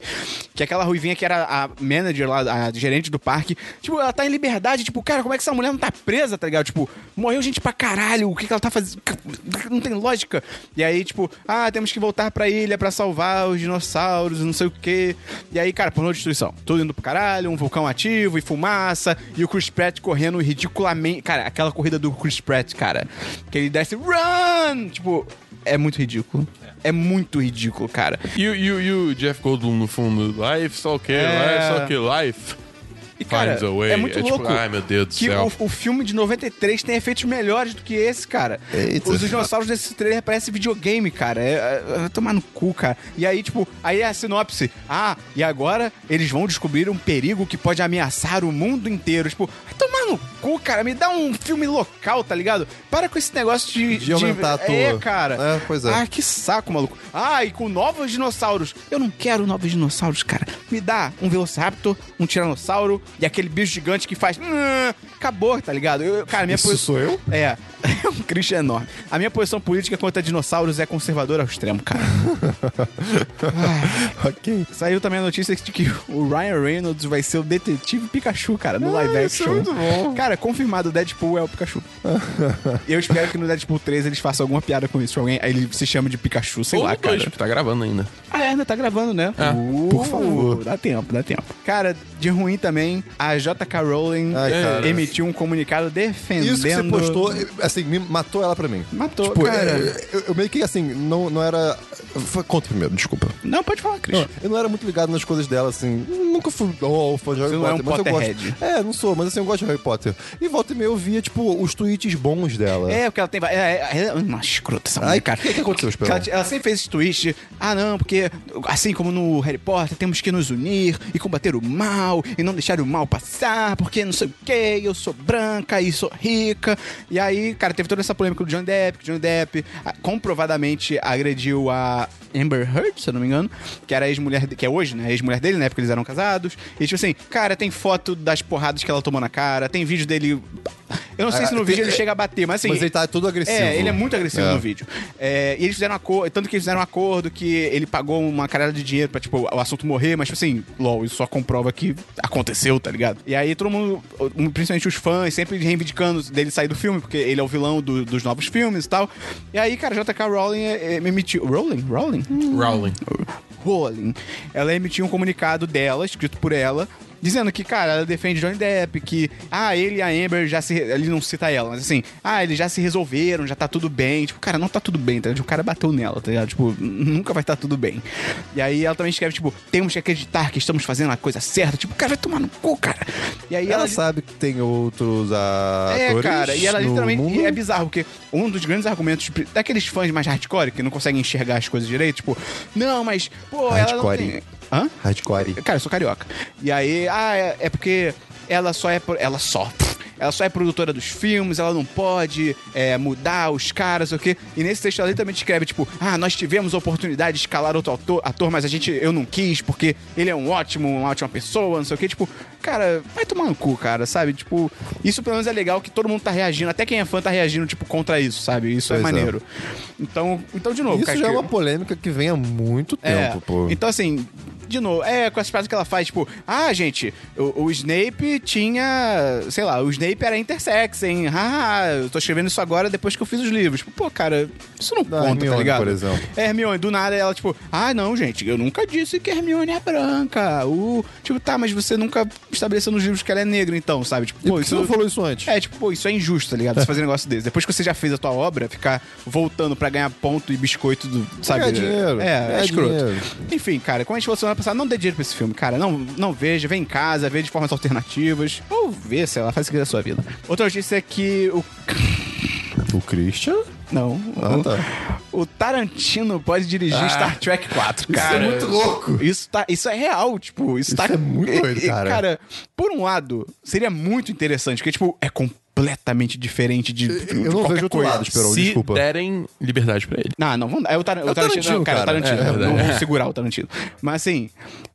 Que é aquela ruivinha que era a manager lá, a gerente do parque, tipo, ela tá em liberdade, tipo, cara, como é que essa mulher não tá presa, tá ligado? Tipo, morreu gente pra caralho, o que que ela tá fazendo? Não tem lógica. E aí, tipo, ah, temos que voltar pra ilha pra salvar os dinossauros, não sei o quê. E aí, cara, pornô de destruição. Tudo indo pro caralho, um vulcão ativo e fumaça, e o Chris Pratt correndo ridiculamente. Cara, aquela corrida do Chris Pratt, cara, que ele desce, run! Tipo, é muito ridículo. É muito ridículo, cara.
E, o- e, o- e o Jeff Goldblum no fundo, life, só o quê?
É.
Life, só o quê? Life.
E, cara,
Finds a way.
é muito
É tipo,
louco.
ai, meu Deus do
que
céu.
O, o filme de 93 tem efeitos melhores do que esse, cara.
Eita.
Os dinossauros desse trailer parecem videogame, cara. É, é- é tomar no cu, cara. E aí, tipo, aí é a sinopse. Ah, e agora eles vão descobrir um perigo que pode ameaçar o mundo inteiro. Tipo, vai tomar no cu, cara. Me dá um filme local, tá ligado? Para com esse negócio de...
De aumentar a
É,
tua.
cara.
É, pois é.
Ah, que saco, maluco. Ah, e com novos dinossauros. Eu não quero novos dinossauros, cara. Me dá um Velociraptor, um Tiranossauro e aquele bicho gigante que faz. "Nhã". Acabou, tá ligado? Eu, eu- cara, minha
Isso
posi-
sou eu?
É. É um Christian enorme. A minha posição política contra dinossauros é conservadora ao extremo, cara.
ok.
Saiu também a notícia de que o Ryan Reynolds vai ser o detetive Pikachu, cara, no live
isso é
action.
muito bom.
Cara, confirmado, o Deadpool é o Pikachu. Eu espero que no Deadpool 3 eles façam alguma piada com isso. Alguém, aí ele se chama de Pikachu, sei
Ou
lá,
no dois,
cara.
porque tá gravando ainda.
Ah, é, ainda tá gravando, né?
Ah,
por favor. Dá tempo, dá tempo. Cara, de ruim também, a JK Rowling
Ai,
eh,
cara.
emitiu um comunicado defendendo...
Isso que você postou, assim, me matou ela pra mim.
Matou,
Tipo,
cara.
é, Eu, eu meio que assim, não, não era. Foi- Conta primeiro, desculpa.
Não, pode falar, Cris.
Não, eu não era muito ligado nas coisas dela, assim. Nunca fui oh, fã de Harry
não é
Potter,
um
mas eu
Potterhead.
gosto. É, não sou, mas assim, eu gosto de Harry Potter. E volta e meia eu via, tipo, os tweets bons dela.
É, porque ela tem. va- É, é, é uma escrota essa mulher,
Ai,
cara.
o que que aconteceu, Esperão?
ela, ela sempre fez esse twist. Ah, não, porque assim como no Harry Potter, temos que nos unir e combater o mal e não deixar o mal passar, porque não sei o quê, eu sou branca e sou rica. E aí, cara, teve toda essa polêmica do John Depp, que John Depp ah, comprovadamente agrediu a Amber Heard, se eu não me engano, que era a ex-mulher, de- que é hoje, né? a Ex-mulher dele, né? Porque eles eram casados. E tipo assim, cara, tem foto das porradas que ela tomou na cara, tem vídeo dele. Eu não sei se no
Ah,
vídeo
tem-
ele chega a bater, mas assim.
Mas ele tá todo agressivo.
É, ele é muito agressivo
É.
no vídeo. É, e eles fizeram um acordo, tanto que eles fizeram um acordo que ele pagou uma caralho de dinheiro pra, tipo, o assunto morrer, mas, tipo assim, lol, isso só comprova que aconteceu, tá ligado? E aí todo mundo, principalmente os fãs, sempre reivindicando dele sair do filme, porque ele é o vilão do- dos novos filmes e tal. E aí, cara, JK Rowling é, é, me emitiu. Rowling? Rowling?
Rowling.
Rowling, ela emitiu um comunicado dela, escrito por ela, dizendo que, cara, ela defende Johnny Depp, que, ah, ele e a Amber já se. Ele não cita ela, mas assim, ah, eles já se resolveram, já tá tudo bem. Tipo, cara, não tá tudo bem, tá ligado? O cara bateu nela, tá ligado? Tipo, nunca vai tá tudo bem. E aí ela também escreve, tipo, temos que acreditar que estamos fazendo a coisa certa. Tipo, o cara vai tomar no cu, cara. E aí
Ela
ela.
sabe que tem outros a-
É,
atores.
cara, e ela
no
literalmente.
mundo.
E é bizarro, porque um dos grandes argumentos pri- daqueles fãs mais hardcore que não conseguem enxergar as coisas direito, tipo, não, mas, pô, ela não
Hardcore.
tem. Hã?
Hardcore.
Cara, eu sou carioca. E aí, ah, é, é porque ela só é. pro- Ela só. Ela só é produtora dos filmes, ela não pode é, mudar os caras, o quê? E nesse texto ela literalmente escreve, tipo, ah, nós tivemos a oportunidade de escalar outro autor- ator, mas a gente, eu não quis, porque ele é um ótimo, uma ótima pessoa, não sei o quê. Tipo, cara, vai tomar no cu, cara, sabe? Tipo, isso pelo menos é legal que todo mundo tá reagindo, até quem é fã tá reagindo, tipo, contra isso, sabe? Isso é
Pois é.
maneiro. Então, então, de novo,
Isso
cara,
já é
que-
uma polêmica que vem há muito
é,
tempo, pô.
Então, assim, de novo, é com as frases que ela faz, tipo, ah, gente, o, o Snape tinha, sei lá, o Snape era intersex, hein? Ah, eu tô escrevendo isso agora depois que eu fiz os livros. Tipo, pô, cara, isso não
Da
conta, tá
Hermione,
ligado?
por exemplo.
É, Hermione, do nada ela, tipo, ah, não, gente, eu nunca disse que a Hermione é branca. Uh, tipo, tá, mas você nunca estabeleceu nos livros que ela é negra, então, sabe? Tipo,
E
pô,
por que você
isso
não falou isso antes?
é, tipo, pô, isso é injusto, tá ligado? Você fazer um negócio desse. Depois que você já fez a tua obra, ficar voltando pra ganhar ponto e biscoito do, sabe?
Ganhar dinheiro.
É, é,
Ganhar
escroto.
dinheiro.
Enfim, cara, como a gente falou semana passada, não dê dinheiro pra esse filme, cara. Não, não veja, vem em casa, vê de formas alternativas. Ou vê, sei lá, faz o que da sua vida. Outra notícia é que o.
O Christian?
Não.
Ah,
o,
tá.
o Tarantino pode dirigir Star Trek 4, cara.
Ah. é muito louco.
Isso, tá, isso é real, tipo, isso, tá.
é muito doido,
e- e,
cara.
por um lado, seria muito interessante, porque, tipo, é completamente completamente diferente de, de
Eu não
qualquer
vejo outro
coisa.
lado, tipo. Esperon,
Se
desculpa.
derem liberdade pra ele.
Não, não, vamos, é o, Tar- o Tarantino,
Tarantino,
cara,
cara.
o Tarantino.
É,
não
verdade.
vamos segurar o Tarantino. Mas assim,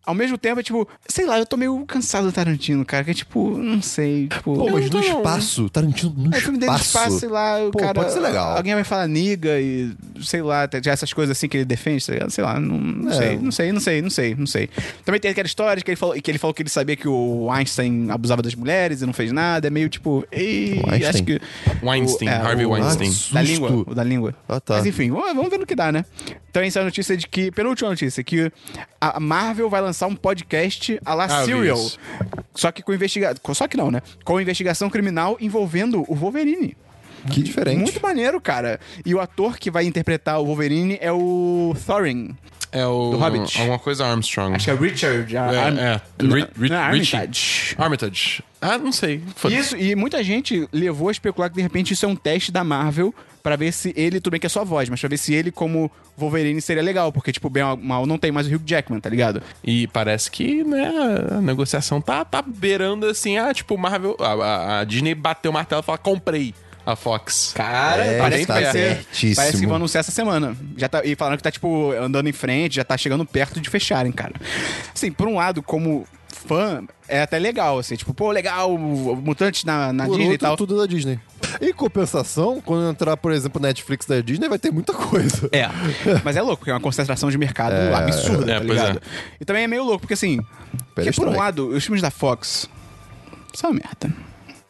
ao mesmo tempo é tipo, sei lá, eu tô meio cansado do Tarantino, cara, que é tipo, não sei, tipo,
Pô, mas
tô
no
não.
espaço, Tarantino no
É filme dele de espaço, sei lá, o
Pô,
cara.
pode ser legal.
Alguém vai falar niga e sei lá, tem- já essas coisas assim que ele defende, tá ligado? sei lá, não, não
É.
sei, não sei, não sei, não sei, não sei. Também tem aquela história de que ele falou que ele falou que ele sabia que o Einstein abusava das mulheres e não fez nada, é meio tipo, ei,
O Einstein?
acho que
Weinstein,
é,
Harvey
o-
Weinstein.
Ah,
da
Susto.
língua, o da língua.
Ah, tá.
Mas enfim, vamos vamos ver no que dá, né? Então essa é a notícia de que, penúltima notícia, que a Marvel vai lançar um podcast a la
Ah, eu vi
Serial.
isso.
Só que com investigação, só que não, né? Com investigação criminal envolvendo o Wolverine.
Que diferente.
Muito maneiro, cara. E o ator que vai interpretar o Wolverine é o Thorin.
É o.
Do Hobbit.
Alguma coisa Armstrong.
Acho que é Richard.
É, é. Ri- Ri- Richie.
Richard.
Armitage. Ah, não sei. Foda-se.
Isso, e muita gente levou a especular que de repente isso é um teste da Marvel pra ver se ele, tudo bem que é só a voz, mas pra ver se ele como Wolverine seria legal, porque tipo, bem ou mal não tem mais o Hugh Jackman, tá ligado?
E parece que, né, a negociação tá, tá beirando assim, ah, tipo, Marvel. a- A, a Disney bateu o martelo e falou: comprei a Fox.
Cara,
É,
parece, que
tá
vai ser,
certíssimo.
parece que vão anunciar essa semana. Já tá, e falaram que tá, tipo, andando em frente, já tá chegando perto de fecharem, cara. Assim, por um lado, como fã, é até legal, assim, tipo, pô, legal, o- o mutante na, na
Por
Disney e
outro,
tal.
tudo da Disney. Em compensação, quando entrar, por exemplo, Netflix da Disney, vai ter muita coisa.
É. Mas é louco, porque é uma concentração de mercado absurda,
é,
tá
pois
ligado? E também é meio louco, porque assim, porque por um
strike.
lado, os filmes da Fox são uma merda.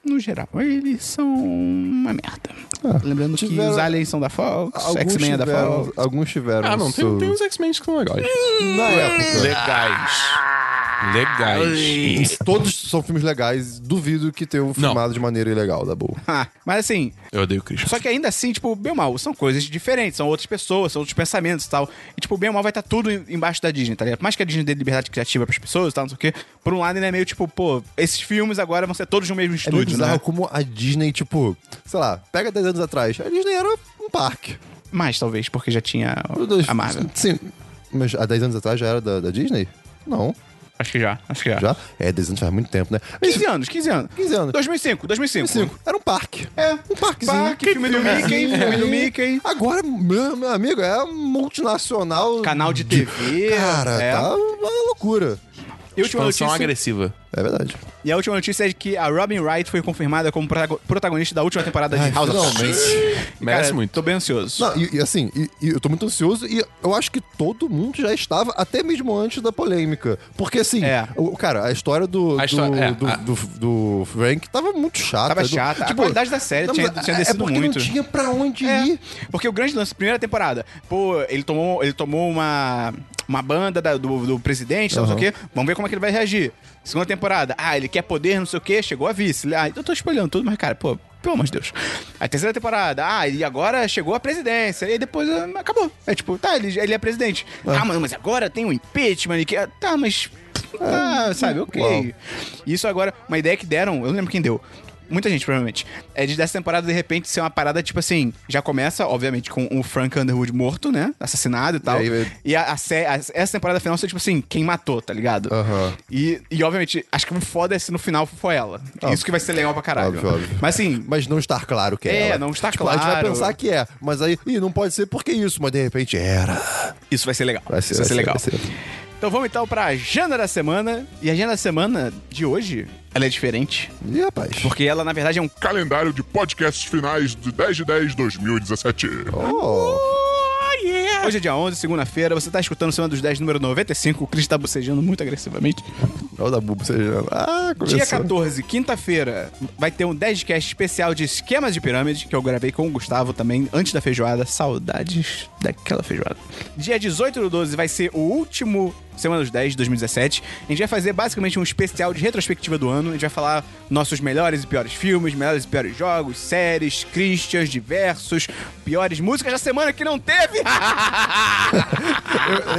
No geral, eles são uma merda.
Ah.
Lembrando que
tiveram-
os aliens são da Fox,
Alguns
X-Men é da
tiveram,
Fox.
alguns tiveram.
Ah, não, tem,
seu-
tem uns X-Men que são legais.
Na época.
Legais. Legais.
Todos são filmes legais, duvido que tenham filmado de maneira ilegal, da boa.
Ah, mas assim,
Eu odeio o Christian.
Só que ainda assim, tipo, bem ou mal, são coisas diferentes, são outras pessoas, são outros pensamentos e tal. E, tipo, bem ou mal vai estar tudo em- embaixo da Disney, tá ligado? Por mais que a Disney dê liberdade criativa pras pessoas e tal, não sei o quê. Por um lado, ainda é meio tipo, pô, esses filmes agora vão ser todos no mesmo
É meio
estúdio,
bizarro
né?
como a Disney, tipo, sei lá, pega 10 anos atrás, a Disney era um parque.
Mais, talvez, porque já tinha a Marvel.
Sim, mas há 10 anos atrás já era da, da Disney? Não,
Acho que já, acho que já.
já? É, 10 anos faz muito tempo, né? Mas,
15 anos, 15 anos.
15 anos.
2005, 2005.
2005, era um parque.
É,
um parquezinho.
Parque, filme do Mickey, filme do Mickey.
Agora, meu, meu amigo, é um multinacional.
Canal de TV.
Cara,
é.
tá uma loucura.
E a última
Expansão
notícia-
agressiva.
É verdade.
E a última notícia é de que a Robin Wright foi confirmada como protago- protagonista da última temporada de House of
finalmente.
Cards.
Merece
Cara,
muito.
Tô bem ansioso.
Não, e, e assim, e- e eu tô muito ansioso e eu acho que todo mundo já estava, até mesmo antes da polêmica. Porque assim,
É.
o, cara, a história do,
A história-
do,
é,
do,
a-
do- do Frank tava muito chata.
Tava
Do-
chata. a qualidade da série
não,
tinha,
mas
tinha
é-
descido
é porque
muito.
Não tinha pra onde
É,
ir.
Porque o grande lance, primeira temporada, pô, ele tomou, ele tomou uma, uma banda da- do, do presidente, tal, não sei o quê. Vamos ver como é que ele vai reagir. Segunda temporada, ah, ele quer poder, não sei o quê, chegou a vice. Ah, eu tô espalhando tudo, mas, cara, pô, pelo amor de Deus. A terceira temporada, ah, e agora chegou a presidência. E depois ah, acabou. É tipo, tá, ele, ele é presidente. Ah, mano, mas agora tem um impeachment. e Que, ah, tá, mas. Ah, sabe, ok.
É. Uau.
Isso agora, uma ideia que deram, eu não lembro quem deu. Muita gente, provavelmente. É de dessa temporada, de repente, ser uma parada, tipo assim, já começa, obviamente, com o Frank Underwood morto, né? Assassinado e tal.
E
E,
aí vai-
a, a sé- a- essa temporada final ser, tipo assim, quem matou, tá ligado?
Aham.
E, e, obviamente, acho que o foda é se no final for ela. Isso que vai ser legal pra caralho.
Óbvio, óbvio.
Mas assim,
Mas não estar claro que é.
É,
ela.
não está
tipo, A gente vai
claro.
pensar que é, mas aí, ih, não pode ser porque isso, mas de repente era.
isso vai ser legal.
Vai ser,
isso vai ser legal.
vai ser, vai ser.
Então vamos então pra agenda da semana. E a agenda da semana de hoje, ela é diferente.
Ih, rapaz.
Porque ela, na verdade, é um
Calendário de podcasts finais de 10 de 10 de 2017.
Oh.
Hoje é dia 11, segunda-feira, você tá escutando Semana dos 10, número 95, o Cris tá bocejando muito agressivamente.
Olha o da Bubu, seja. Ah, começou.
Dia 14, quinta-feira, vai ter um 10cast especial de Esquemas de Pirâmide, que eu gravei com o Gustavo também, antes da feijoada. Saudades daquela feijoada. Dia 18 do 12 vai ser o último Semana dos 10 de 2017. A gente vai fazer basicamente um especial de retrospectiva do ano. A gente vai falar nossos melhores e piores filmes, melhores e piores jogos, séries, Christians, diversos, piores músicas da semana que não teve.
Eu-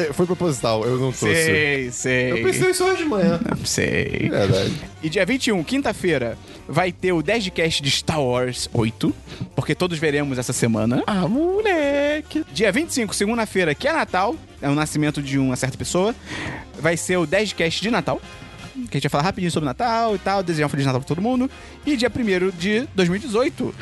eu- foi proposital, eu não trouxe.
sei, sei.
Eu pensei isso hoje de manhã. É
Sei.
Verdade.
E dia 21, quinta-feira, vai ter o 10 de cast de Star Wars 8, porque todos veremos essa semana.
Ah, moleque.
Dia 25, segunda-feira, que é Natal, é o nascimento de uma certa pessoa, vai ser o 10 de cast de Natal. que a gente ia falar rapidinho sobre Natal e tal, desejar um Feliz Natal pra todo mundo. E dia 1 de 2018.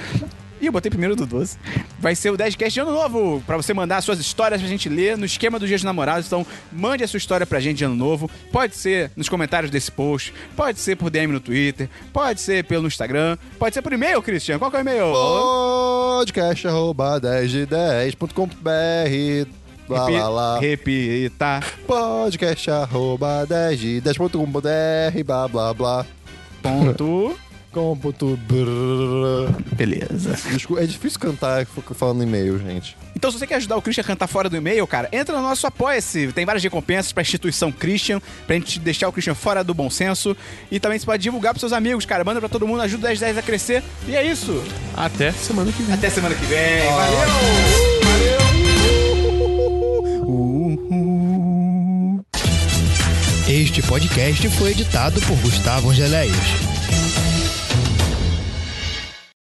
Ih, eu botei primeiro do 12. Vai ser o 10cast de ano novo, pra você mandar suas histórias pra gente ler no esquema do Dia dos Namorados. Então, mande a sua história pra gente de ano novo. Pode ser nos comentários desse post, pode ser por DM no Twitter, pode ser pelo Instagram, pode ser por e-mail, Christian. Qual que é o e-mail?
Podcast arroba 10de10.com.br Lá,
Repi-
lá, lá.
Repita.
Podcast arroba 10de10.com.br Blá, blá, blá.
Ponto.
Com ponto brrr.
Beleza.
Desculpa, é difícil cantar falando e-mail, gente.
Então, se você quer ajudar o Christian a cantar fora do e-mail, cara, entra no nosso Apoia-se. Tem várias recompensas pra instituição Christian, pra gente deixar o Christian fora do bom senso. E também você pode divulgar pros seus amigos, cara. Manda pra todo mundo, ajuda o 1010 a crescer. E é isso.
Até semana que vem.
Até semana que vem. Valeu!
Este podcast foi editado por Gustavo Angeléias.